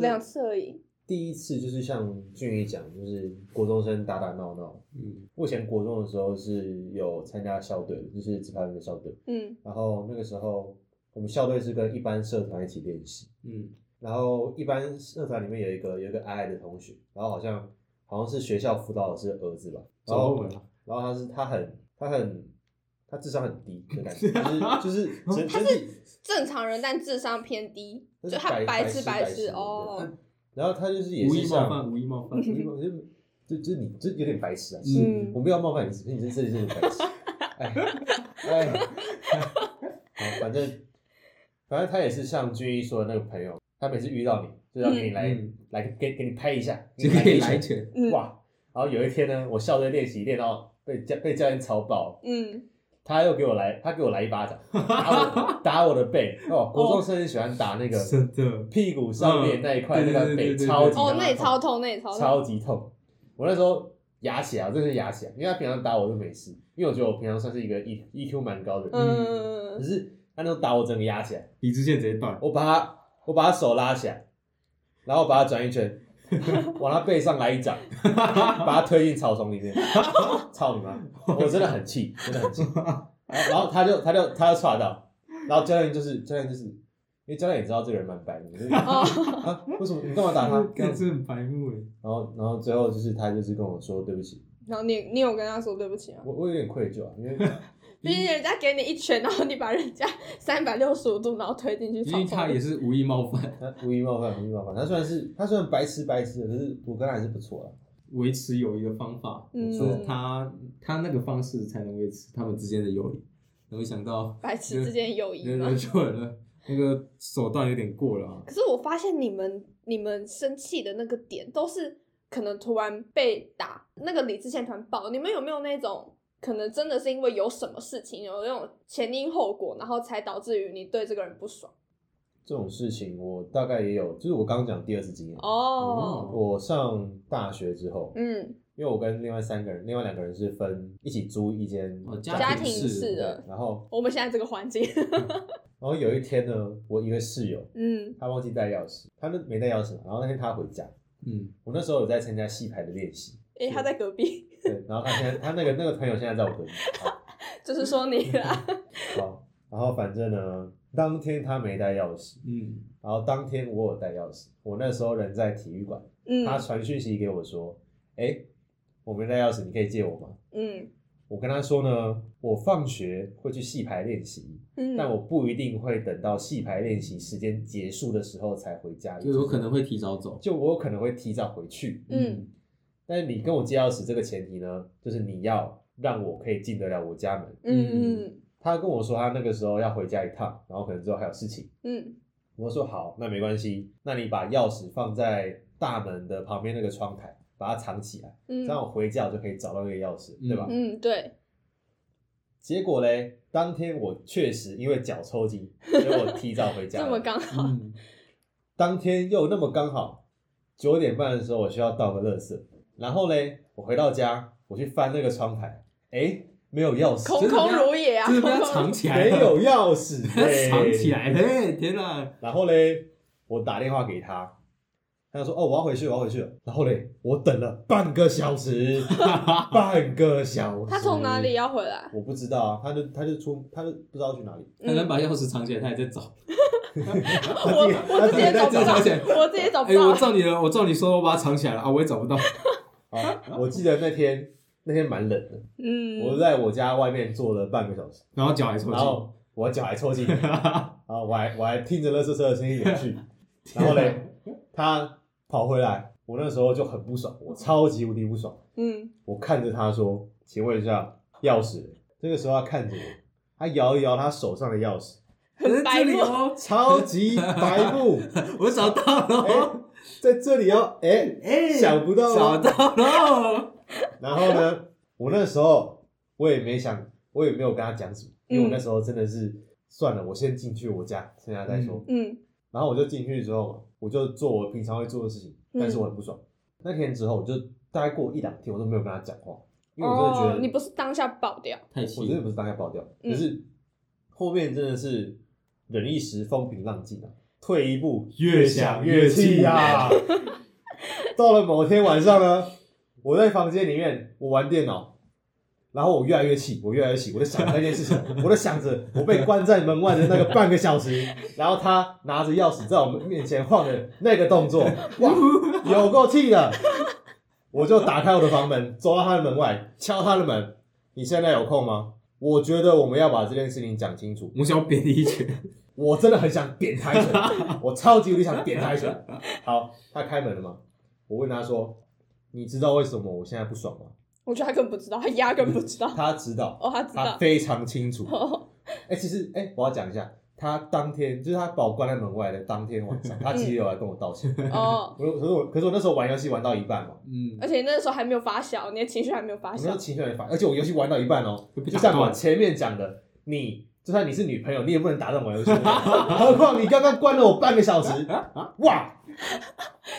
Speaker 1: 对
Speaker 2: 两次而已。
Speaker 1: 第一次就是像俊宇讲，就是国中生打打闹闹。
Speaker 3: 嗯，
Speaker 1: 我以前国中的时候是有参加校队的，就是职排的校队。
Speaker 2: 嗯
Speaker 1: 然后那个时候我们校队是跟一般社团一起练习，
Speaker 3: 嗯，
Speaker 1: 然后一般社团里面有一个有一个矮矮的同学，然后好像好像是学校辅导老师的儿子吧，然
Speaker 3: 走
Speaker 1: 后
Speaker 3: 稳了。
Speaker 1: 然后他是他很他很他智商很低的 感觉，就是就是整整体
Speaker 2: 正常人，但智商偏低，
Speaker 1: 那
Speaker 2: 就是他
Speaker 1: 白
Speaker 2: 痴
Speaker 1: 痴
Speaker 2: 白
Speaker 1: 白
Speaker 2: 痴
Speaker 1: 痴
Speaker 2: 哦
Speaker 1: 对。然后他就是也
Speaker 3: 无
Speaker 1: 是
Speaker 3: 意冒
Speaker 1: 像
Speaker 3: 犯，无意冒犯
Speaker 1: 我。就就就你就有点白痴啊，是
Speaker 2: 嗯
Speaker 1: 我没有要冒犯你，可是你这真的是很白痴，哎哎，好，反正反正他也是像俊一说的那个朋友，他每次遇到你就要给你来、
Speaker 3: 嗯
Speaker 1: 来给给你拍一下，
Speaker 3: 就
Speaker 1: 给
Speaker 3: 可以
Speaker 1: 你
Speaker 3: 来
Speaker 1: 来
Speaker 3: 一
Speaker 1: 一拳，
Speaker 3: 拳。
Speaker 2: 嗯
Speaker 1: 哇！然后有一天呢，我校队练习练到被教被教练吵爆，
Speaker 2: 嗯，
Speaker 1: 他又给我来，他给我来一巴掌，打我打我的背哦。国中生很喜欢打那个
Speaker 3: 真的，
Speaker 1: 屁股上面那一块
Speaker 3: 嗯
Speaker 1: 那个
Speaker 3: 对对对
Speaker 1: 背，
Speaker 3: 对
Speaker 1: 超级
Speaker 2: 哦，
Speaker 1: 他妈
Speaker 2: 那也超痛，那也超痛。
Speaker 1: 超级痛。我那时候牙起来，我真的是牙起来，因为他平常打我都没事，因为我觉得我平常算是一个 E E Q 蛮高的人，可
Speaker 2: 嗯，
Speaker 1: 是他那时候打我整个牙起来，
Speaker 3: 理智线直接断。
Speaker 1: 我把他我把他手拉起来，然后把他转一圈， 往他背上来一掌， 把他推进草丛里面， 操你妈！我真的很气，真的很气。然后他就他就他就踹到，然后教练就是教练就是，因为教练也知道这个人蛮白的，就是
Speaker 2: 哦，
Speaker 1: 啊为什么你干嘛打
Speaker 2: 嗯
Speaker 1: 他？这样
Speaker 3: 看这很白目哎，
Speaker 1: 然后然后最后就是他就是跟我说对不起，
Speaker 2: 然后你你有跟他说对不起吗？
Speaker 1: 我我有点愧疚啊，因为
Speaker 2: 毕竟人家给你一拳，然后你把人家三百六十五度，然后推进去
Speaker 3: 因
Speaker 2: 草
Speaker 3: 为他
Speaker 2: 丛
Speaker 3: 也
Speaker 2: 里。
Speaker 3: 是无意冒犯，
Speaker 1: 他无意冒犯，无意冒犯。他虽然是他虽然白痴白痴的，可是我跟他还是不错啊了。
Speaker 3: 维持友谊的方法，
Speaker 2: 嗯
Speaker 3: 就是他他那个方式才能维持他们之间的友谊。然后想到
Speaker 2: 白痴之间友谊
Speaker 3: 那
Speaker 2: 吗
Speaker 3: 个？就有了，那个手段有点过了啊。
Speaker 2: 可是我发现你们你们生气的那个点都是可能突然被打，那个理智线突然爆。你们有没有那种可能真的是因为有什么事情有那种前因后果，然后才导致于你对这个人不爽？
Speaker 1: 这种事情我大概也有，就是我刚刚讲第二次经验。
Speaker 2: 哦，
Speaker 1: 我上大学之后，
Speaker 2: 嗯，
Speaker 1: 因为我跟另外三个人，另外两个人是分一起租一间
Speaker 3: 哦
Speaker 2: 家
Speaker 3: 家
Speaker 2: 庭
Speaker 3: 庭式
Speaker 2: 式
Speaker 1: 对
Speaker 2: 的，
Speaker 1: 然后
Speaker 2: 我们现在这个环 境，
Speaker 1: 然后有一天呢，我一个室友
Speaker 2: 嗯
Speaker 1: 他忘记带钥匙，他那没带钥匙嘛，然后那天他回家，
Speaker 3: 嗯，
Speaker 1: 我那时候有在参加戏排的练习，
Speaker 2: 诶、他在隔壁，
Speaker 1: 对，然后他现在他那个那个朋友现在在我隔壁，好
Speaker 2: 就是说你啊啦，
Speaker 1: 好，然后反正呢，当天他没带钥匙，
Speaker 3: 嗯，
Speaker 1: 然后当天我有带钥匙，我那时候人在体育馆，
Speaker 2: 嗯
Speaker 1: 他传讯息给我说，哎、我没带钥匙，你可以借我吗？
Speaker 2: 嗯
Speaker 1: 我跟他说呢，我放学会去戏排练习，
Speaker 2: 嗯，
Speaker 1: 但我不一定会等到戏排练习时间结束的时候才回家，
Speaker 3: 就有可能，会提早走。
Speaker 1: 就我有可能会提早回去。
Speaker 2: 嗯
Speaker 1: 但是你跟我借钥匙这个前提呢，就是你要让我可以进得了我家门。
Speaker 2: 嗯嗯
Speaker 1: 他跟我说他那个时候要回家一趟，然后可能之后还有事情。
Speaker 2: 嗯
Speaker 1: 我说好，那没关系，那你把钥匙放在大门的旁边那个窗台，把它藏起来，这
Speaker 2: 嗯
Speaker 1: 样我回家我就可以找到那个钥匙，
Speaker 3: 嗯
Speaker 1: 对吧？
Speaker 2: 嗯，对，
Speaker 1: 结果嘞，当天我确实因为脚抽 筋，所以我提早回家
Speaker 2: 这
Speaker 1: 了。
Speaker 2: 么刚 好，
Speaker 3: 嗯，
Speaker 1: 当天又那么刚好，九点半的时候我需要倒个垃圾，然后嘞，我回到家，我去翻那个窗台，哎，没有钥匙，
Speaker 2: 空空如也啊，
Speaker 3: 这
Speaker 2: 空
Speaker 3: 是
Speaker 2: 空
Speaker 3: 被他
Speaker 2: 如
Speaker 3: 藏起来
Speaker 1: 没
Speaker 3: 了，
Speaker 1: 有 钥匙，
Speaker 3: 被他 藏
Speaker 1: 哎
Speaker 3: 起来了，哎天哪！
Speaker 1: 然后嘞，我打电话给他，他就说：“哦，我要回去，我要回去了。”然后嘞，我等了半个小 时，半个小时。
Speaker 2: 他从哪里？要回来？
Speaker 1: 我不知道啊，他就他就出，他就不知道去哪里。
Speaker 2: 嗯
Speaker 3: 他能把钥匙藏起来，他还在找。
Speaker 1: 他
Speaker 2: 我
Speaker 1: 自己
Speaker 2: 我自己也
Speaker 1: 他
Speaker 2: 找
Speaker 1: 自己
Speaker 2: 不到
Speaker 3: 而且，
Speaker 2: 我自己也找不
Speaker 3: 哎，我
Speaker 2: 到。
Speaker 3: 照你的，我照你说的，我把它藏起来了啊，我也找不到。
Speaker 1: 啊，我记得那天那天蛮冷的，我
Speaker 2: 嗯，
Speaker 1: 在我家外面坐了半个小时，
Speaker 3: 然后脚还抽
Speaker 1: 然
Speaker 3: 筋，
Speaker 1: 后我脚还抽 筋，然后我还我还听着乐色车的声音远去，然后嘞，他跑回来，我那时候就很不爽，我超级无敌不爽。
Speaker 2: 嗯，
Speaker 1: 我看着他说：“请问一下，钥匙？”这个时候他看着我，他摇一摇他手上的钥匙，
Speaker 3: 很
Speaker 2: 白目
Speaker 3: 哦，
Speaker 1: 超级白 目。
Speaker 3: 我找到了
Speaker 1: 哎、
Speaker 3: 哦，
Speaker 1: 在这里哦，哎、
Speaker 3: 哎，
Speaker 1: 想不到
Speaker 3: 找
Speaker 1: 哦。
Speaker 3: 到了，
Speaker 1: 然后呢，我那时候我也没想，我也没有跟他讲什么，因
Speaker 2: 嗯
Speaker 1: 为我那时候真的是算了，我先进去我家，剩下再说。
Speaker 2: 嗯，
Speaker 1: 然后我就进去之后，我就做我平常会做的事情，但
Speaker 2: 嗯
Speaker 1: 是我很不爽。那天之后，我就大概过一两天，我都没有跟他讲话，因为我真的觉得、
Speaker 2: 哦，你不是当下爆掉，
Speaker 3: 太
Speaker 1: 我
Speaker 3: 气
Speaker 1: 真的
Speaker 3: 了，
Speaker 1: 不是当下爆掉，
Speaker 2: 嗯
Speaker 1: 可是后面真的是忍一时风平浪静啊，退一步越想越气呀、啊。 到了某天晚上呢，我在房间里面我玩电脑，然后我越来越气，我越来越气，我就想那件事 情，我就想着我被关在门外的那个半个小时，然后他拿着钥匙在我们面前晃的那个动作，哇，有够气的！我就打开我的房门，走到他的门外，敲他的门。你现在有空吗？我觉得我们要把这件事情讲清楚。
Speaker 3: 我想要扁你一拳。
Speaker 1: 我真的很想扁他一拳， 我超级无敌想扁他一拳。好，他开门了吗？我问他说：“你知道为什么我现在不爽吗
Speaker 2: 我觉得他根本不知道，他压根不知？”道。
Speaker 1: 他知道，
Speaker 2: 哦，他知
Speaker 1: 他
Speaker 2: 道。
Speaker 1: 非常清楚。
Speaker 2: 哦，
Speaker 1: 哎、其实哎、我要讲一下，他当天就是他把我关在门外的当天晚 上，他其实有来跟我道歉。
Speaker 2: 哦，
Speaker 1: 我可是我可是我那时候玩游戏玩到一半嘛，
Speaker 3: 嗯，
Speaker 2: 而且那时候还没有发酵，你的情绪还没有
Speaker 1: 我
Speaker 2: 发
Speaker 1: 那时候
Speaker 2: 酵。
Speaker 1: 情绪很烦，而且我游戏玩到一半哦、
Speaker 3: 会被
Speaker 1: 就
Speaker 3: 打
Speaker 1: 像我
Speaker 3: 断
Speaker 1: 前面讲的，你就算你是女朋友，你也不能打断我游戏。 何况你刚刚关了我半个小时，哇！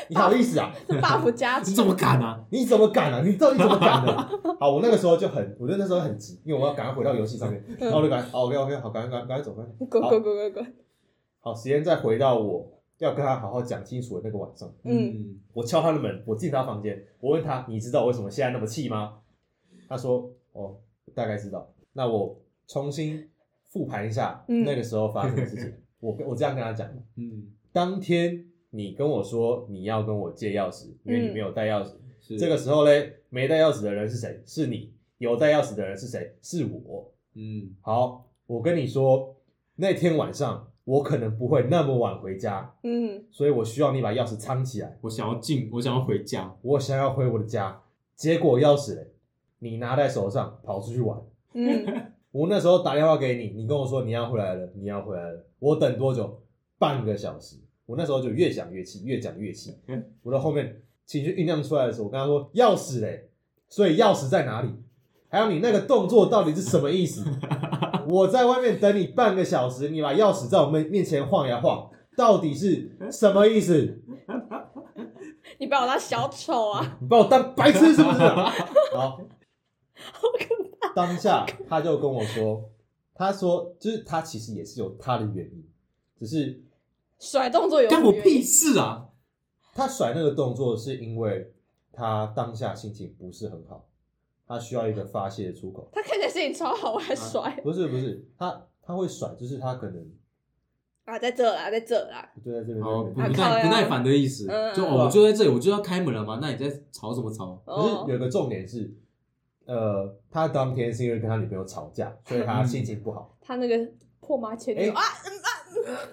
Speaker 1: 你好意思啊？
Speaker 2: 这 buff 加
Speaker 3: 你
Speaker 2: 持
Speaker 3: 怎，么敢啊？
Speaker 1: 你怎么敢啊？你到底怎么敢的？好，我那个时候就很，我就那时候很急，因为我要赶快回到游戏上面，然后我就赶，哦，OK OK，好，赶快赶快赶快走，赶快走
Speaker 2: 滚滚滚滚滚，
Speaker 1: 好，时间再回到我要跟他好好讲清楚的那个晚上，
Speaker 2: 嗯，
Speaker 1: 我敲他的门，我进他房间，我问他，你知道我为什么现在那么气吗？他说，哦，大概知道。那我重新复盘一下
Speaker 2: 嗯
Speaker 1: 那个时候发生的事情。我跟我这样跟他讲，
Speaker 3: 嗯，
Speaker 1: 当天你跟我说你要跟我借钥匙，因为你没有带钥匙。
Speaker 3: 嗯是
Speaker 1: 这个，时候嘞，没带钥匙的人是谁？是你。有带钥匙的人是谁？是我。
Speaker 3: 嗯
Speaker 1: 好，我跟你说，那天晚上我可能不会那么晚回家，
Speaker 2: 嗯，
Speaker 1: 所以我需要你把钥匙藏起来，
Speaker 3: 我想要进，我想要回家，
Speaker 1: 我想要回我的家。结果钥匙嘞你拿在手上跑出去玩。
Speaker 2: 嗯，
Speaker 1: 我那时候打电话给你，你跟我说你要回来了，你要回来了。我等多久？半个小时。我那时候就越想越气，越讲越气。我到后面情绪酝酿出来的时候，我跟他说钥匙嘞，所以钥匙在哪里？还有你那个动作到底是什么意思？我在外面等你半个小时，你把钥匙在我们面前晃呀晃，到底是什么意思？
Speaker 2: 你把我当小丑啊，
Speaker 1: 你把我当白痴是不是、啊？好，当下他就跟我说，他说就是他其实也是有他的原因，只是
Speaker 2: 甩动作有
Speaker 3: 干我
Speaker 2: 原因
Speaker 3: 屁事啊！
Speaker 1: 他甩那个动作是因为他当下心情不是很好，他需要一个发泄的出口。
Speaker 2: 他看起来心情超好，我还
Speaker 1: 啊
Speaker 2: 甩
Speaker 1: 不是不是，他他会甩，就是他可能
Speaker 2: 啊，在这啦，在这啦，
Speaker 1: 就在这边。
Speaker 3: 哦，不
Speaker 2: 啊
Speaker 3: 耐
Speaker 2: 靠呀
Speaker 3: 不耐烦的意思，
Speaker 2: 嗯
Speaker 3: 就哦，我就在这里，我就要开门了嘛，那你在吵什么吵？
Speaker 1: 可
Speaker 2: 哦
Speaker 1: 是，有个重点是，呃，他当天是因为跟他女朋友吵架，所以他心情不好。
Speaker 2: 他那个破麻前女
Speaker 1: 哎
Speaker 2: 友啊，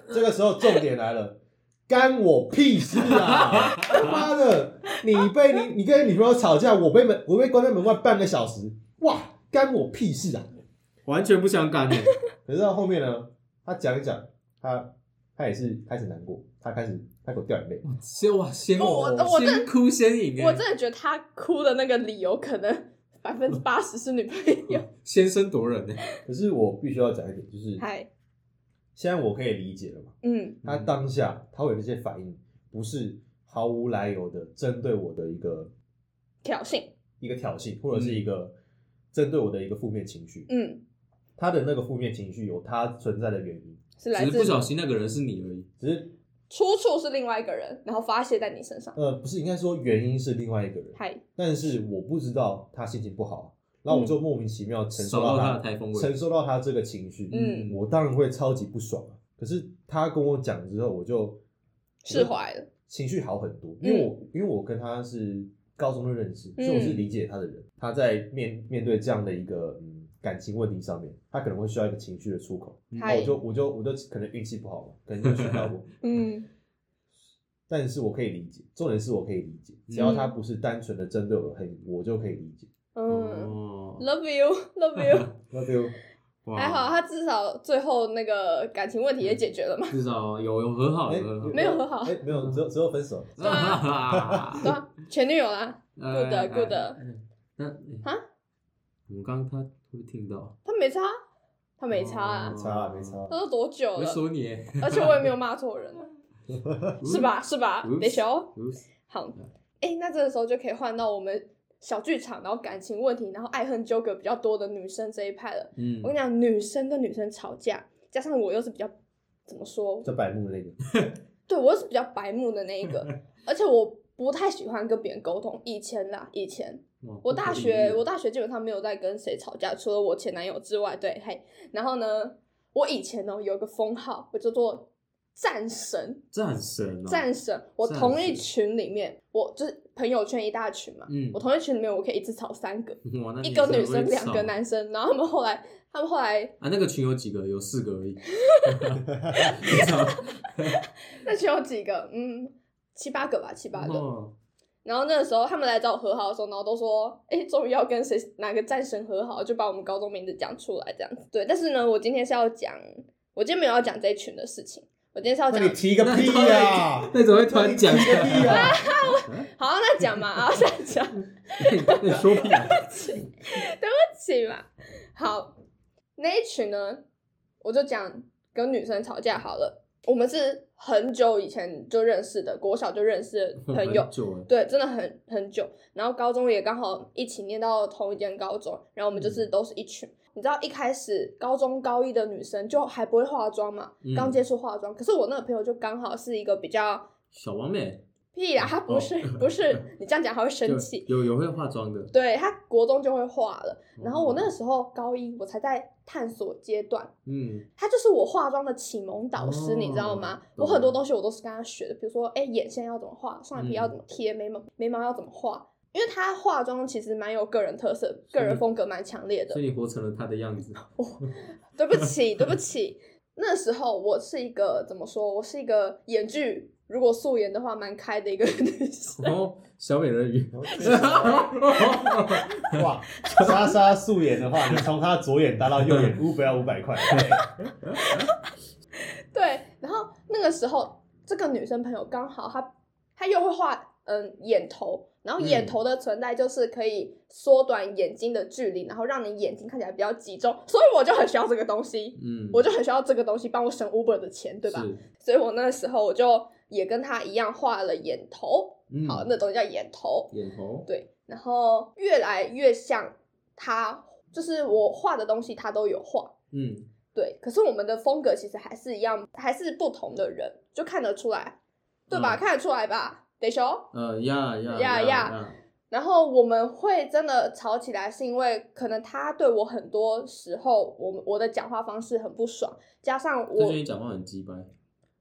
Speaker 1: 这个时候重点来了，干我屁事啊！ 妈的，你被你你跟你女朋友吵架，我被门我被关在门外半个小时，哇，干我屁事啊！
Speaker 3: 完全不想干的，
Speaker 1: 可是到后面呢，他讲一讲，他他也是开始难过，他开始他给我掉眼泪，
Speaker 3: 先哇先
Speaker 2: 哦我我我
Speaker 3: 先哭先赢
Speaker 2: 我
Speaker 3: 哎，
Speaker 2: 真的觉得他哭的那个理由可 能百分之八十是女朋友，
Speaker 3: 哦先声夺人哎，
Speaker 1: 可是我必须要讲一点，就是
Speaker 2: 嗨，
Speaker 1: 现在我可以理解了嘛，
Speaker 2: 嗯
Speaker 1: 他当下他会有这些反应，不是毫无来由的针对我的一个
Speaker 2: 挑衅，
Speaker 1: 一个挑衅，或者是一个针对我的一个负面情绪。
Speaker 2: 嗯，
Speaker 1: 他的那个负面情绪有他存在的原因，
Speaker 2: 是来
Speaker 3: 只是
Speaker 2: 自
Speaker 3: 不小心那个人是你而已。
Speaker 1: 只是
Speaker 2: 出处是另外一个人，然后发泄在你身上。
Speaker 1: 呃，不是应该说原因是另外一个人，
Speaker 2: 嗨，
Speaker 1: 但是我不知道他心情不好，然后
Speaker 2: 嗯
Speaker 1: 我就莫名其妙承受
Speaker 3: 扫到他
Speaker 1: 他
Speaker 3: 的台风
Speaker 1: 承
Speaker 3: 尾，
Speaker 1: 受到他这个情绪，
Speaker 2: 嗯
Speaker 1: 我当然会超级不爽啊。可是他跟我讲之后，我就
Speaker 2: 释，怀了。嗯
Speaker 1: 情绪好很多，因为我、因为我跟他是高中就认识，所以我是理解他的人。他在面面对这样的一个嗯感情问题上面，他可能会需要一个情绪的出口。那
Speaker 2: 嗨
Speaker 1: 我，就我就我就可能运气不好嘛，可能就选到 我，
Speaker 2: 嗯
Speaker 1: 但是我可以理解，重点是我可以理解，只
Speaker 3: 嗯
Speaker 1: 要他不是单纯的针对我很，我就可以理解。
Speaker 2: 嗯
Speaker 3: 哦，
Speaker 2: ，love you，love you。
Speaker 1: 那比如
Speaker 3: 哇嗯
Speaker 2: 还好，他至少最后那个感情问题也解决了嘛。
Speaker 3: 至少有有和好，嗯
Speaker 1: 哎
Speaker 3: 有和好。
Speaker 2: 没有和好
Speaker 1: 哎、没有，只有只有分 手。
Speaker 2: 对对啊，前女友啦，
Speaker 3: 哎
Speaker 2: Good
Speaker 3: 哎
Speaker 2: good
Speaker 3: 哎那
Speaker 2: 啊，
Speaker 3: 我们刚刚他会不会听到？
Speaker 2: 他没差，啊他没差啊
Speaker 3: 哦，
Speaker 1: 差啊没差啊
Speaker 2: 那都多久
Speaker 3: 我
Speaker 2: 了
Speaker 3: 在？说你哎，
Speaker 2: 而且我也没有骂错人 啊， 是吧？是吧哦
Speaker 3: 嗯？
Speaker 2: 得修
Speaker 3: 嗯？
Speaker 2: 好，哎、那这个时候就可以换到我们小剧场，然后感情问题，然后爱恨纠葛比较多的女生这一派了。
Speaker 3: 嗯
Speaker 2: 我跟你讲，女生跟女生吵架，加上我又是比较怎么说？
Speaker 1: 叫百慕的那个，
Speaker 2: 对我又是比较白目的那一 个，而且我不太喜欢跟别人沟通。以前啦，以前
Speaker 3: 哇
Speaker 2: 我
Speaker 3: 不可
Speaker 2: 大
Speaker 3: 理
Speaker 2: 学
Speaker 3: 喻
Speaker 2: 我大学基本上没有在跟谁吵架，除了我前男友之外，对，嘿。然后呢，我以前呢有一个封号，我叫做战神。
Speaker 3: 战神哦，
Speaker 2: 战神，我
Speaker 3: 战
Speaker 2: 同一
Speaker 3: 神
Speaker 2: 群里面，我就是朋友圈一大群嘛，
Speaker 3: 嗯
Speaker 2: 我同一群里面我可以一次炒三个，
Speaker 3: 哇，那
Speaker 2: 一
Speaker 3: 你
Speaker 2: 个
Speaker 3: 真的
Speaker 2: 女
Speaker 3: 会
Speaker 2: 生两个
Speaker 3: 吵
Speaker 2: 男生，然后他们后来他们后来
Speaker 3: 啊，那个群有几个？有四个而已。吵
Speaker 2: 那群有几个，嗯，七八个吧，七八个。
Speaker 3: 哦
Speaker 2: 然后那个时候他们来找我和好的时候，然后都说，哎，终于要跟谁哪个战神和好，就把我们高中名字讲出来这样子。对，但是呢，我今天是要讲，我今天没有要讲这一群的事情，我今天是要
Speaker 1: 那
Speaker 2: 讲
Speaker 1: 你提个屁呀、啊！
Speaker 3: 那怎么会突然讲
Speaker 1: 那你
Speaker 3: 出
Speaker 1: 提个屁
Speaker 3: 来？
Speaker 1: 呀、
Speaker 2: 好，那讲嘛， 啊，再讲。
Speaker 3: 你说屁 啊！
Speaker 2: 起嘛。好，那一群呢，我就讲跟女生吵架好了。我们是很久以前就认识的，国小就认识的朋 友
Speaker 3: 很，久了，
Speaker 2: 对，真的很很久。然后高中也刚好一起念到同一间高中，然后我
Speaker 3: 嗯
Speaker 2: 们就是都是一群。你知道一开始高中高一的女生就还不会化妆嘛，
Speaker 3: 嗯
Speaker 2: 刚接触化妆。可是我那个朋友就刚好是一个比较
Speaker 3: 小王妹
Speaker 2: 屁啦，她不 是、不是，你这样讲还会
Speaker 3: 哦就
Speaker 2: 生气。
Speaker 3: 有有会化妆的，
Speaker 2: 对他国中就会画了，然后我那
Speaker 3: 哦
Speaker 2: 时候高一，我才在探索阶段，
Speaker 3: 嗯，
Speaker 2: 他就是我化妆的启蒙导师，你知道吗？我
Speaker 3: 哦
Speaker 2: 很多东西我都是跟他学的，比如说，哎，眼线要怎么画，
Speaker 3: 嗯
Speaker 2: 双眼皮要怎么贴，眉毛眉毛要怎么画，因为他化妆其实蛮有个人特色，个人风格蛮强烈的
Speaker 3: 所。以你活成了他的样子。
Speaker 2: 对不起，对不起，那时候我是一个怎么说，我是一个眼距如果素颜的话蛮开的一个女生，
Speaker 3: 哦，小美人鱼，
Speaker 1: 哇，莎莎素颜的话，你从她左眼搭到右眼，乌不要五百块。
Speaker 2: 对，然后那个时候这个女生朋友刚好她她又会画嗯眼头，然后眼
Speaker 3: 嗯
Speaker 2: 头的存在就是可以缩短眼睛的距离，然后让你眼睛看起来比较集中，所以我就很需要这个东西，
Speaker 3: 嗯，
Speaker 2: 我就很需要这个东西帮我省 Uber 的钱，对吧？
Speaker 3: 是？
Speaker 2: 所以我那个时候我就也跟她一样画了眼头，
Speaker 3: 嗯，
Speaker 2: 好，那东西叫眼头，
Speaker 3: 眼头，
Speaker 2: 对，然后越来越像她，就是我画的东西她都有画，
Speaker 3: 嗯，
Speaker 2: 对，可是我们的风格其实还是一样，还是不同的人，就看得出来，对吧？
Speaker 3: 嗯
Speaker 2: 看得出来吧，得修。
Speaker 3: 呃，呀呀
Speaker 2: 呀呀
Speaker 3: 呀，
Speaker 2: 然后我们会真的吵起来，是因为可能他对我很多时候，我我的讲话方式很不爽，加上
Speaker 3: 这
Speaker 2: 我
Speaker 3: 就你讲话很鸡掰，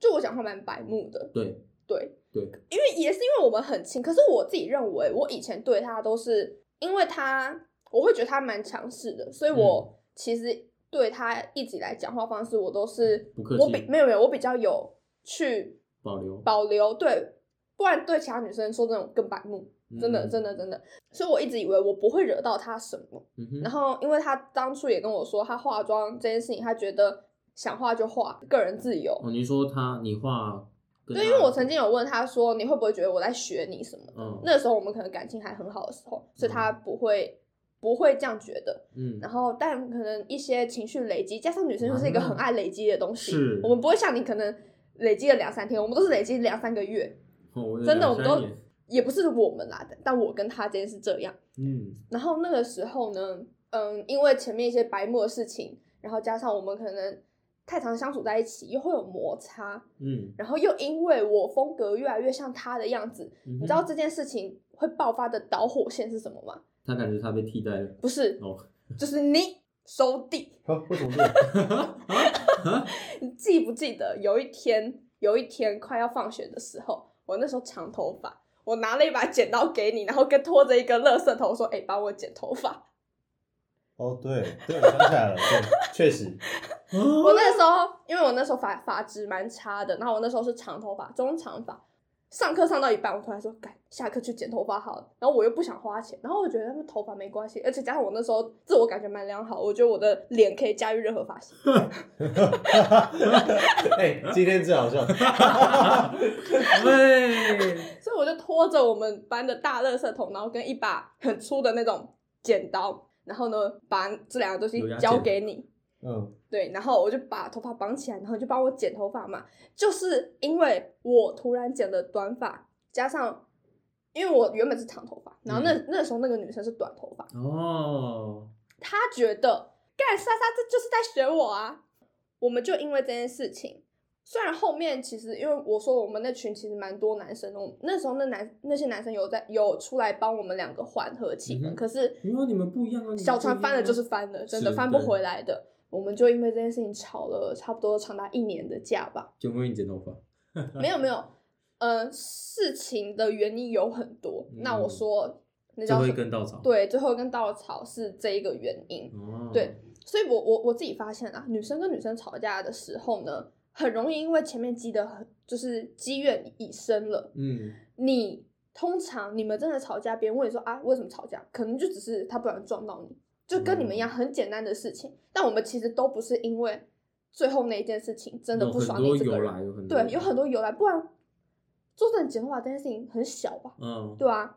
Speaker 2: 就我讲话蛮白目的，
Speaker 3: 对
Speaker 2: 对，
Speaker 3: 对，
Speaker 2: 因为也是因为我们很亲，可是我自己认为，我以前对他都是因为他，我会觉得他蛮强势的，
Speaker 3: 嗯
Speaker 2: 所以我其实对他一直以来讲话方式，我都是
Speaker 3: 不客
Speaker 2: 我
Speaker 3: 气
Speaker 2: 比没有没有，我比较有去
Speaker 3: 保留，
Speaker 2: 保留，对，不然对其他女生说这种更白目，真的
Speaker 3: 嗯
Speaker 2: 真的真的，所以我一直以为我不会惹到他什么，
Speaker 3: 嗯哼，
Speaker 2: 然后因为他当初也跟我说，他化妆这件事情，他觉得想化就化，个人自由。
Speaker 3: 哦，你说他，你画跟他，
Speaker 2: 对，因为我曾经有问他说，你会不会觉得我在学你什么的？
Speaker 3: 嗯
Speaker 2: 那时候我们可能感情还很好的时候，所以他不会不会这样觉得。
Speaker 3: 嗯
Speaker 2: 然后，但可能一些情绪累积，加上女生就是一个很
Speaker 3: 啊
Speaker 2: 爱累积的东西，
Speaker 3: 是
Speaker 2: 我们不会像你可能累积了两三天，我们都是累积两三个月。
Speaker 3: 哦我
Speaker 2: 真的
Speaker 3: 两
Speaker 2: 我们
Speaker 3: 三
Speaker 2: 都
Speaker 3: 年
Speaker 2: 也不是我们啦，但我跟他之间是这样。
Speaker 3: 嗯，
Speaker 2: 然后那个时候呢，嗯，因为前面一些白目的事情，然后加上我们可能太常相处在一起，又会有摩擦，
Speaker 3: 嗯，
Speaker 2: 然后又因为我风格越来越像他的样子，
Speaker 3: 你
Speaker 2: 你知道这件事情会爆发的导火线是什么吗？
Speaker 3: 他感觉他被替代了
Speaker 2: 不是，
Speaker 3: 哦，
Speaker 2: 就是你收地。
Speaker 1: 好，为什么这样？
Speaker 2: 你记不记得有一天，有一天快要放学的时候，我那时候长头发，我拿了一把剪刀给你，然后跟拖着一个垃圾头说：“哎、帮我剪头发。”
Speaker 1: 哦，对对，我想起来了，对，确实，
Speaker 3: 哦
Speaker 2: 我那时候，因为我那时候发发质蛮差的，然后我那时候是长头发，中长发。上课上到一半，我突然说：“改下课去剪头发好了。”然后我又不想花钱，然后我觉得他们头发没关系，而且加上我那时候自我感觉蛮良好，我觉得我的脸可以驾驭任何发型。
Speaker 1: 哎，今天最好笑，
Speaker 3: 对，
Speaker 2: 所以我就拖着我们班的大垃圾桶，然后跟一把很粗的那种剪刀，然后呢把这两个东西
Speaker 3: 有压
Speaker 2: 交
Speaker 3: 剪
Speaker 2: 给你。
Speaker 1: 嗯，
Speaker 2: 对，然后我就把头发绑起来，然后你就帮我剪头发嘛。就是因为我突然剪了短发，加上因为我原本是长头发，然后那、那时候那个女生是短头发，
Speaker 3: 哦，
Speaker 2: 她觉得干莎莎这就是在学我啊。我们就因为这件事情，虽然后面其实因为我说我们那群其实蛮多男生的，我们那时候那男那些男生有在有出来帮我们两个缓和气氛，
Speaker 3: 嗯哼
Speaker 2: 可是
Speaker 3: 因为你们不一样啊，你们
Speaker 2: 小船翻了就是翻
Speaker 3: 不一
Speaker 2: 了，
Speaker 3: 样啊
Speaker 2: 真的
Speaker 3: 是
Speaker 2: 翻不
Speaker 3: 对
Speaker 2: 回来的。我们就因为这件事情吵了差不多长达一年的架 吧。
Speaker 3: 有没有你剪头发？
Speaker 2: 没有没有，呃，事情的原因有很多。那我
Speaker 3: 嗯
Speaker 2: 说那
Speaker 3: 最
Speaker 2: 叫
Speaker 3: 后一
Speaker 2: 什么
Speaker 3: 根稻草，，
Speaker 2: 对，最后一根稻草是这一个原因。
Speaker 3: 哦，
Speaker 2: 对，所以我我我自己发现啊，女生跟女生吵架的时候呢，很容易因为前面积的很就是积怨已深了，
Speaker 3: 嗯，
Speaker 2: 你通常你们真的吵架，别人问你说啊为什么吵架，可能就只是他不小心撞到你，就跟你们一
Speaker 3: 嗯
Speaker 2: 样很简单的事情。但我们其实都不是因为最后那一件事情真的
Speaker 3: 有
Speaker 2: 不
Speaker 3: 很
Speaker 2: 爽
Speaker 3: 多
Speaker 2: 你这个
Speaker 3: 由
Speaker 2: 人，
Speaker 3: 来，有很多
Speaker 2: 对，有很多由来，不然做真的剪头发这件事情很小吧，
Speaker 3: 嗯，
Speaker 2: 对啊，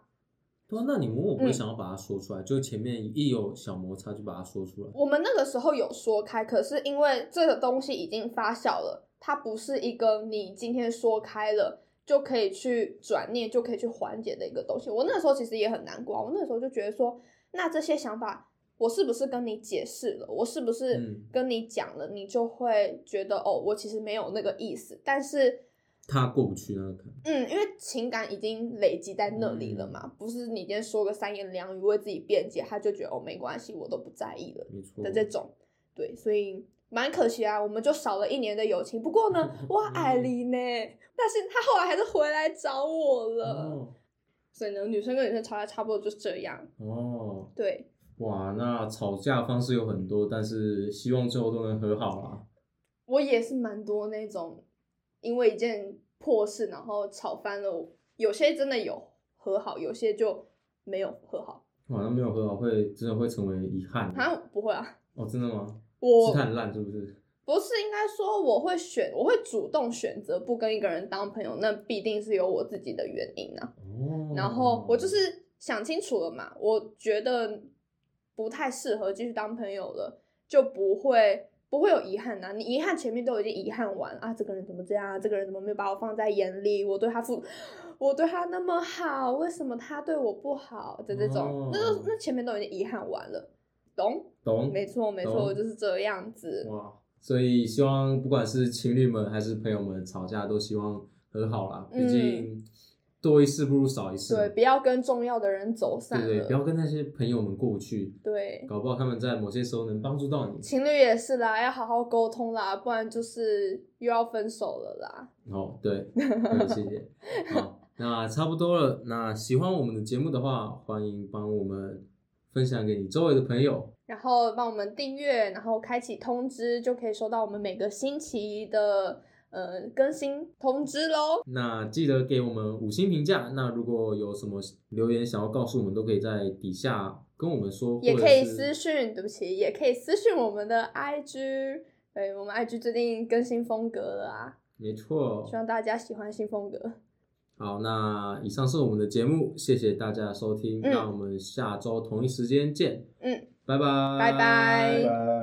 Speaker 3: 对啊，那你问我不会
Speaker 2: 嗯
Speaker 3: 想要把它说出来，就前面一有小摩擦就把它说出来，
Speaker 2: 我们那个时候有说开，可是因为这个东西已经发酵了，它不是一个你今天说开了就可以去转念、就可以去缓解的一个东西。我那时候其实也很难过啊，我那时候就觉得说，那这些想法，我是不是跟你解释了？我是不是
Speaker 3: 嗯
Speaker 2: 跟你讲了，你就会觉得哦，我其实没有那个意思，但是。
Speaker 3: 他过不去那个坎，
Speaker 2: 嗯，因为情感已经累积在那里了嘛，不是你今天说个三言两语为自己辩解，他就觉得哦没关系，我都不在意了。
Speaker 3: 没错
Speaker 2: 的，这种，对，所以蛮可惜啊，我们就少了一年的友情。不过呢，哇，艾莉呢，但是她后来还是回来找我了。
Speaker 3: 哦
Speaker 2: 所以呢，女生跟女生吵架差不多就是这样。
Speaker 3: 哦，
Speaker 2: 对，
Speaker 3: 哇，那吵架方式有很多，但是希望最后都能和好啦。
Speaker 2: 我也是蛮多那种，因为一件破事然后吵翻了，有些真的有和好，有些就没有和好。
Speaker 3: 哇，那没有和好会真的会成为遗憾
Speaker 2: 好像不会啊，
Speaker 3: 哦，真的吗？
Speaker 2: 我
Speaker 3: 是他很烂是不是？
Speaker 2: 不是应该说我会选，我会主动选择不跟一个人当朋友，那必定是有我自己的原因啊。
Speaker 3: 哦，
Speaker 2: 然后我就是想清楚了嘛，我觉得不太适合继续当朋友了，就不会不会有遗憾啊呐、你遗憾前面都已经遗憾完啊，这个人怎么这样啊？这个人怎么没有把我放在眼里？我对他付，我对他那么好，为什么他对我不好？的这种，那
Speaker 3: 哦
Speaker 2: 就那前面都已经遗憾完了，懂？
Speaker 3: 懂，
Speaker 2: 没错，没错，
Speaker 3: 懂
Speaker 2: 我就是这样子。
Speaker 3: 哇，所以希望不管是情侣们还是朋友们吵架，都希望和好啦。毕
Speaker 2: 嗯
Speaker 3: 竟多一事不如少一事嘛，
Speaker 2: 对，不要跟重要的人走散
Speaker 3: 对对，
Speaker 2: 了。
Speaker 3: 不要跟那些朋友们过不去，
Speaker 2: 对
Speaker 3: 搞不好他们在某些时候能帮助到你。
Speaker 2: 情侣也是啦，要好好沟通啦，不然就是又要分手了啦。
Speaker 3: 哦，对，对谢 谢。好，那差不多了。那喜欢我们的节目的话，欢迎帮我们分享给你周围的朋友。
Speaker 2: 然后帮我们订阅，然后开启通知，就可以收到我们每个星期的呃更新通知喽。
Speaker 3: 那记得给我们五星评价。那如果有什么留言想要告诉我们，都可以在底下跟我们说，
Speaker 2: 也
Speaker 3: 或者
Speaker 2: 可以
Speaker 3: 是
Speaker 2: 私讯，对不起，也可以私讯我们的 IG，对我们 IG 最近更新风格了啊，
Speaker 3: 没错
Speaker 2: 希。望大家喜欢新风格。
Speaker 3: 好，那以上是我们的节目，谢谢大家的收听。
Speaker 2: 嗯
Speaker 3: 那我们下周同一时间见。
Speaker 2: 嗯，
Speaker 3: 拜拜，
Speaker 2: 拜拜
Speaker 1: 拜拜。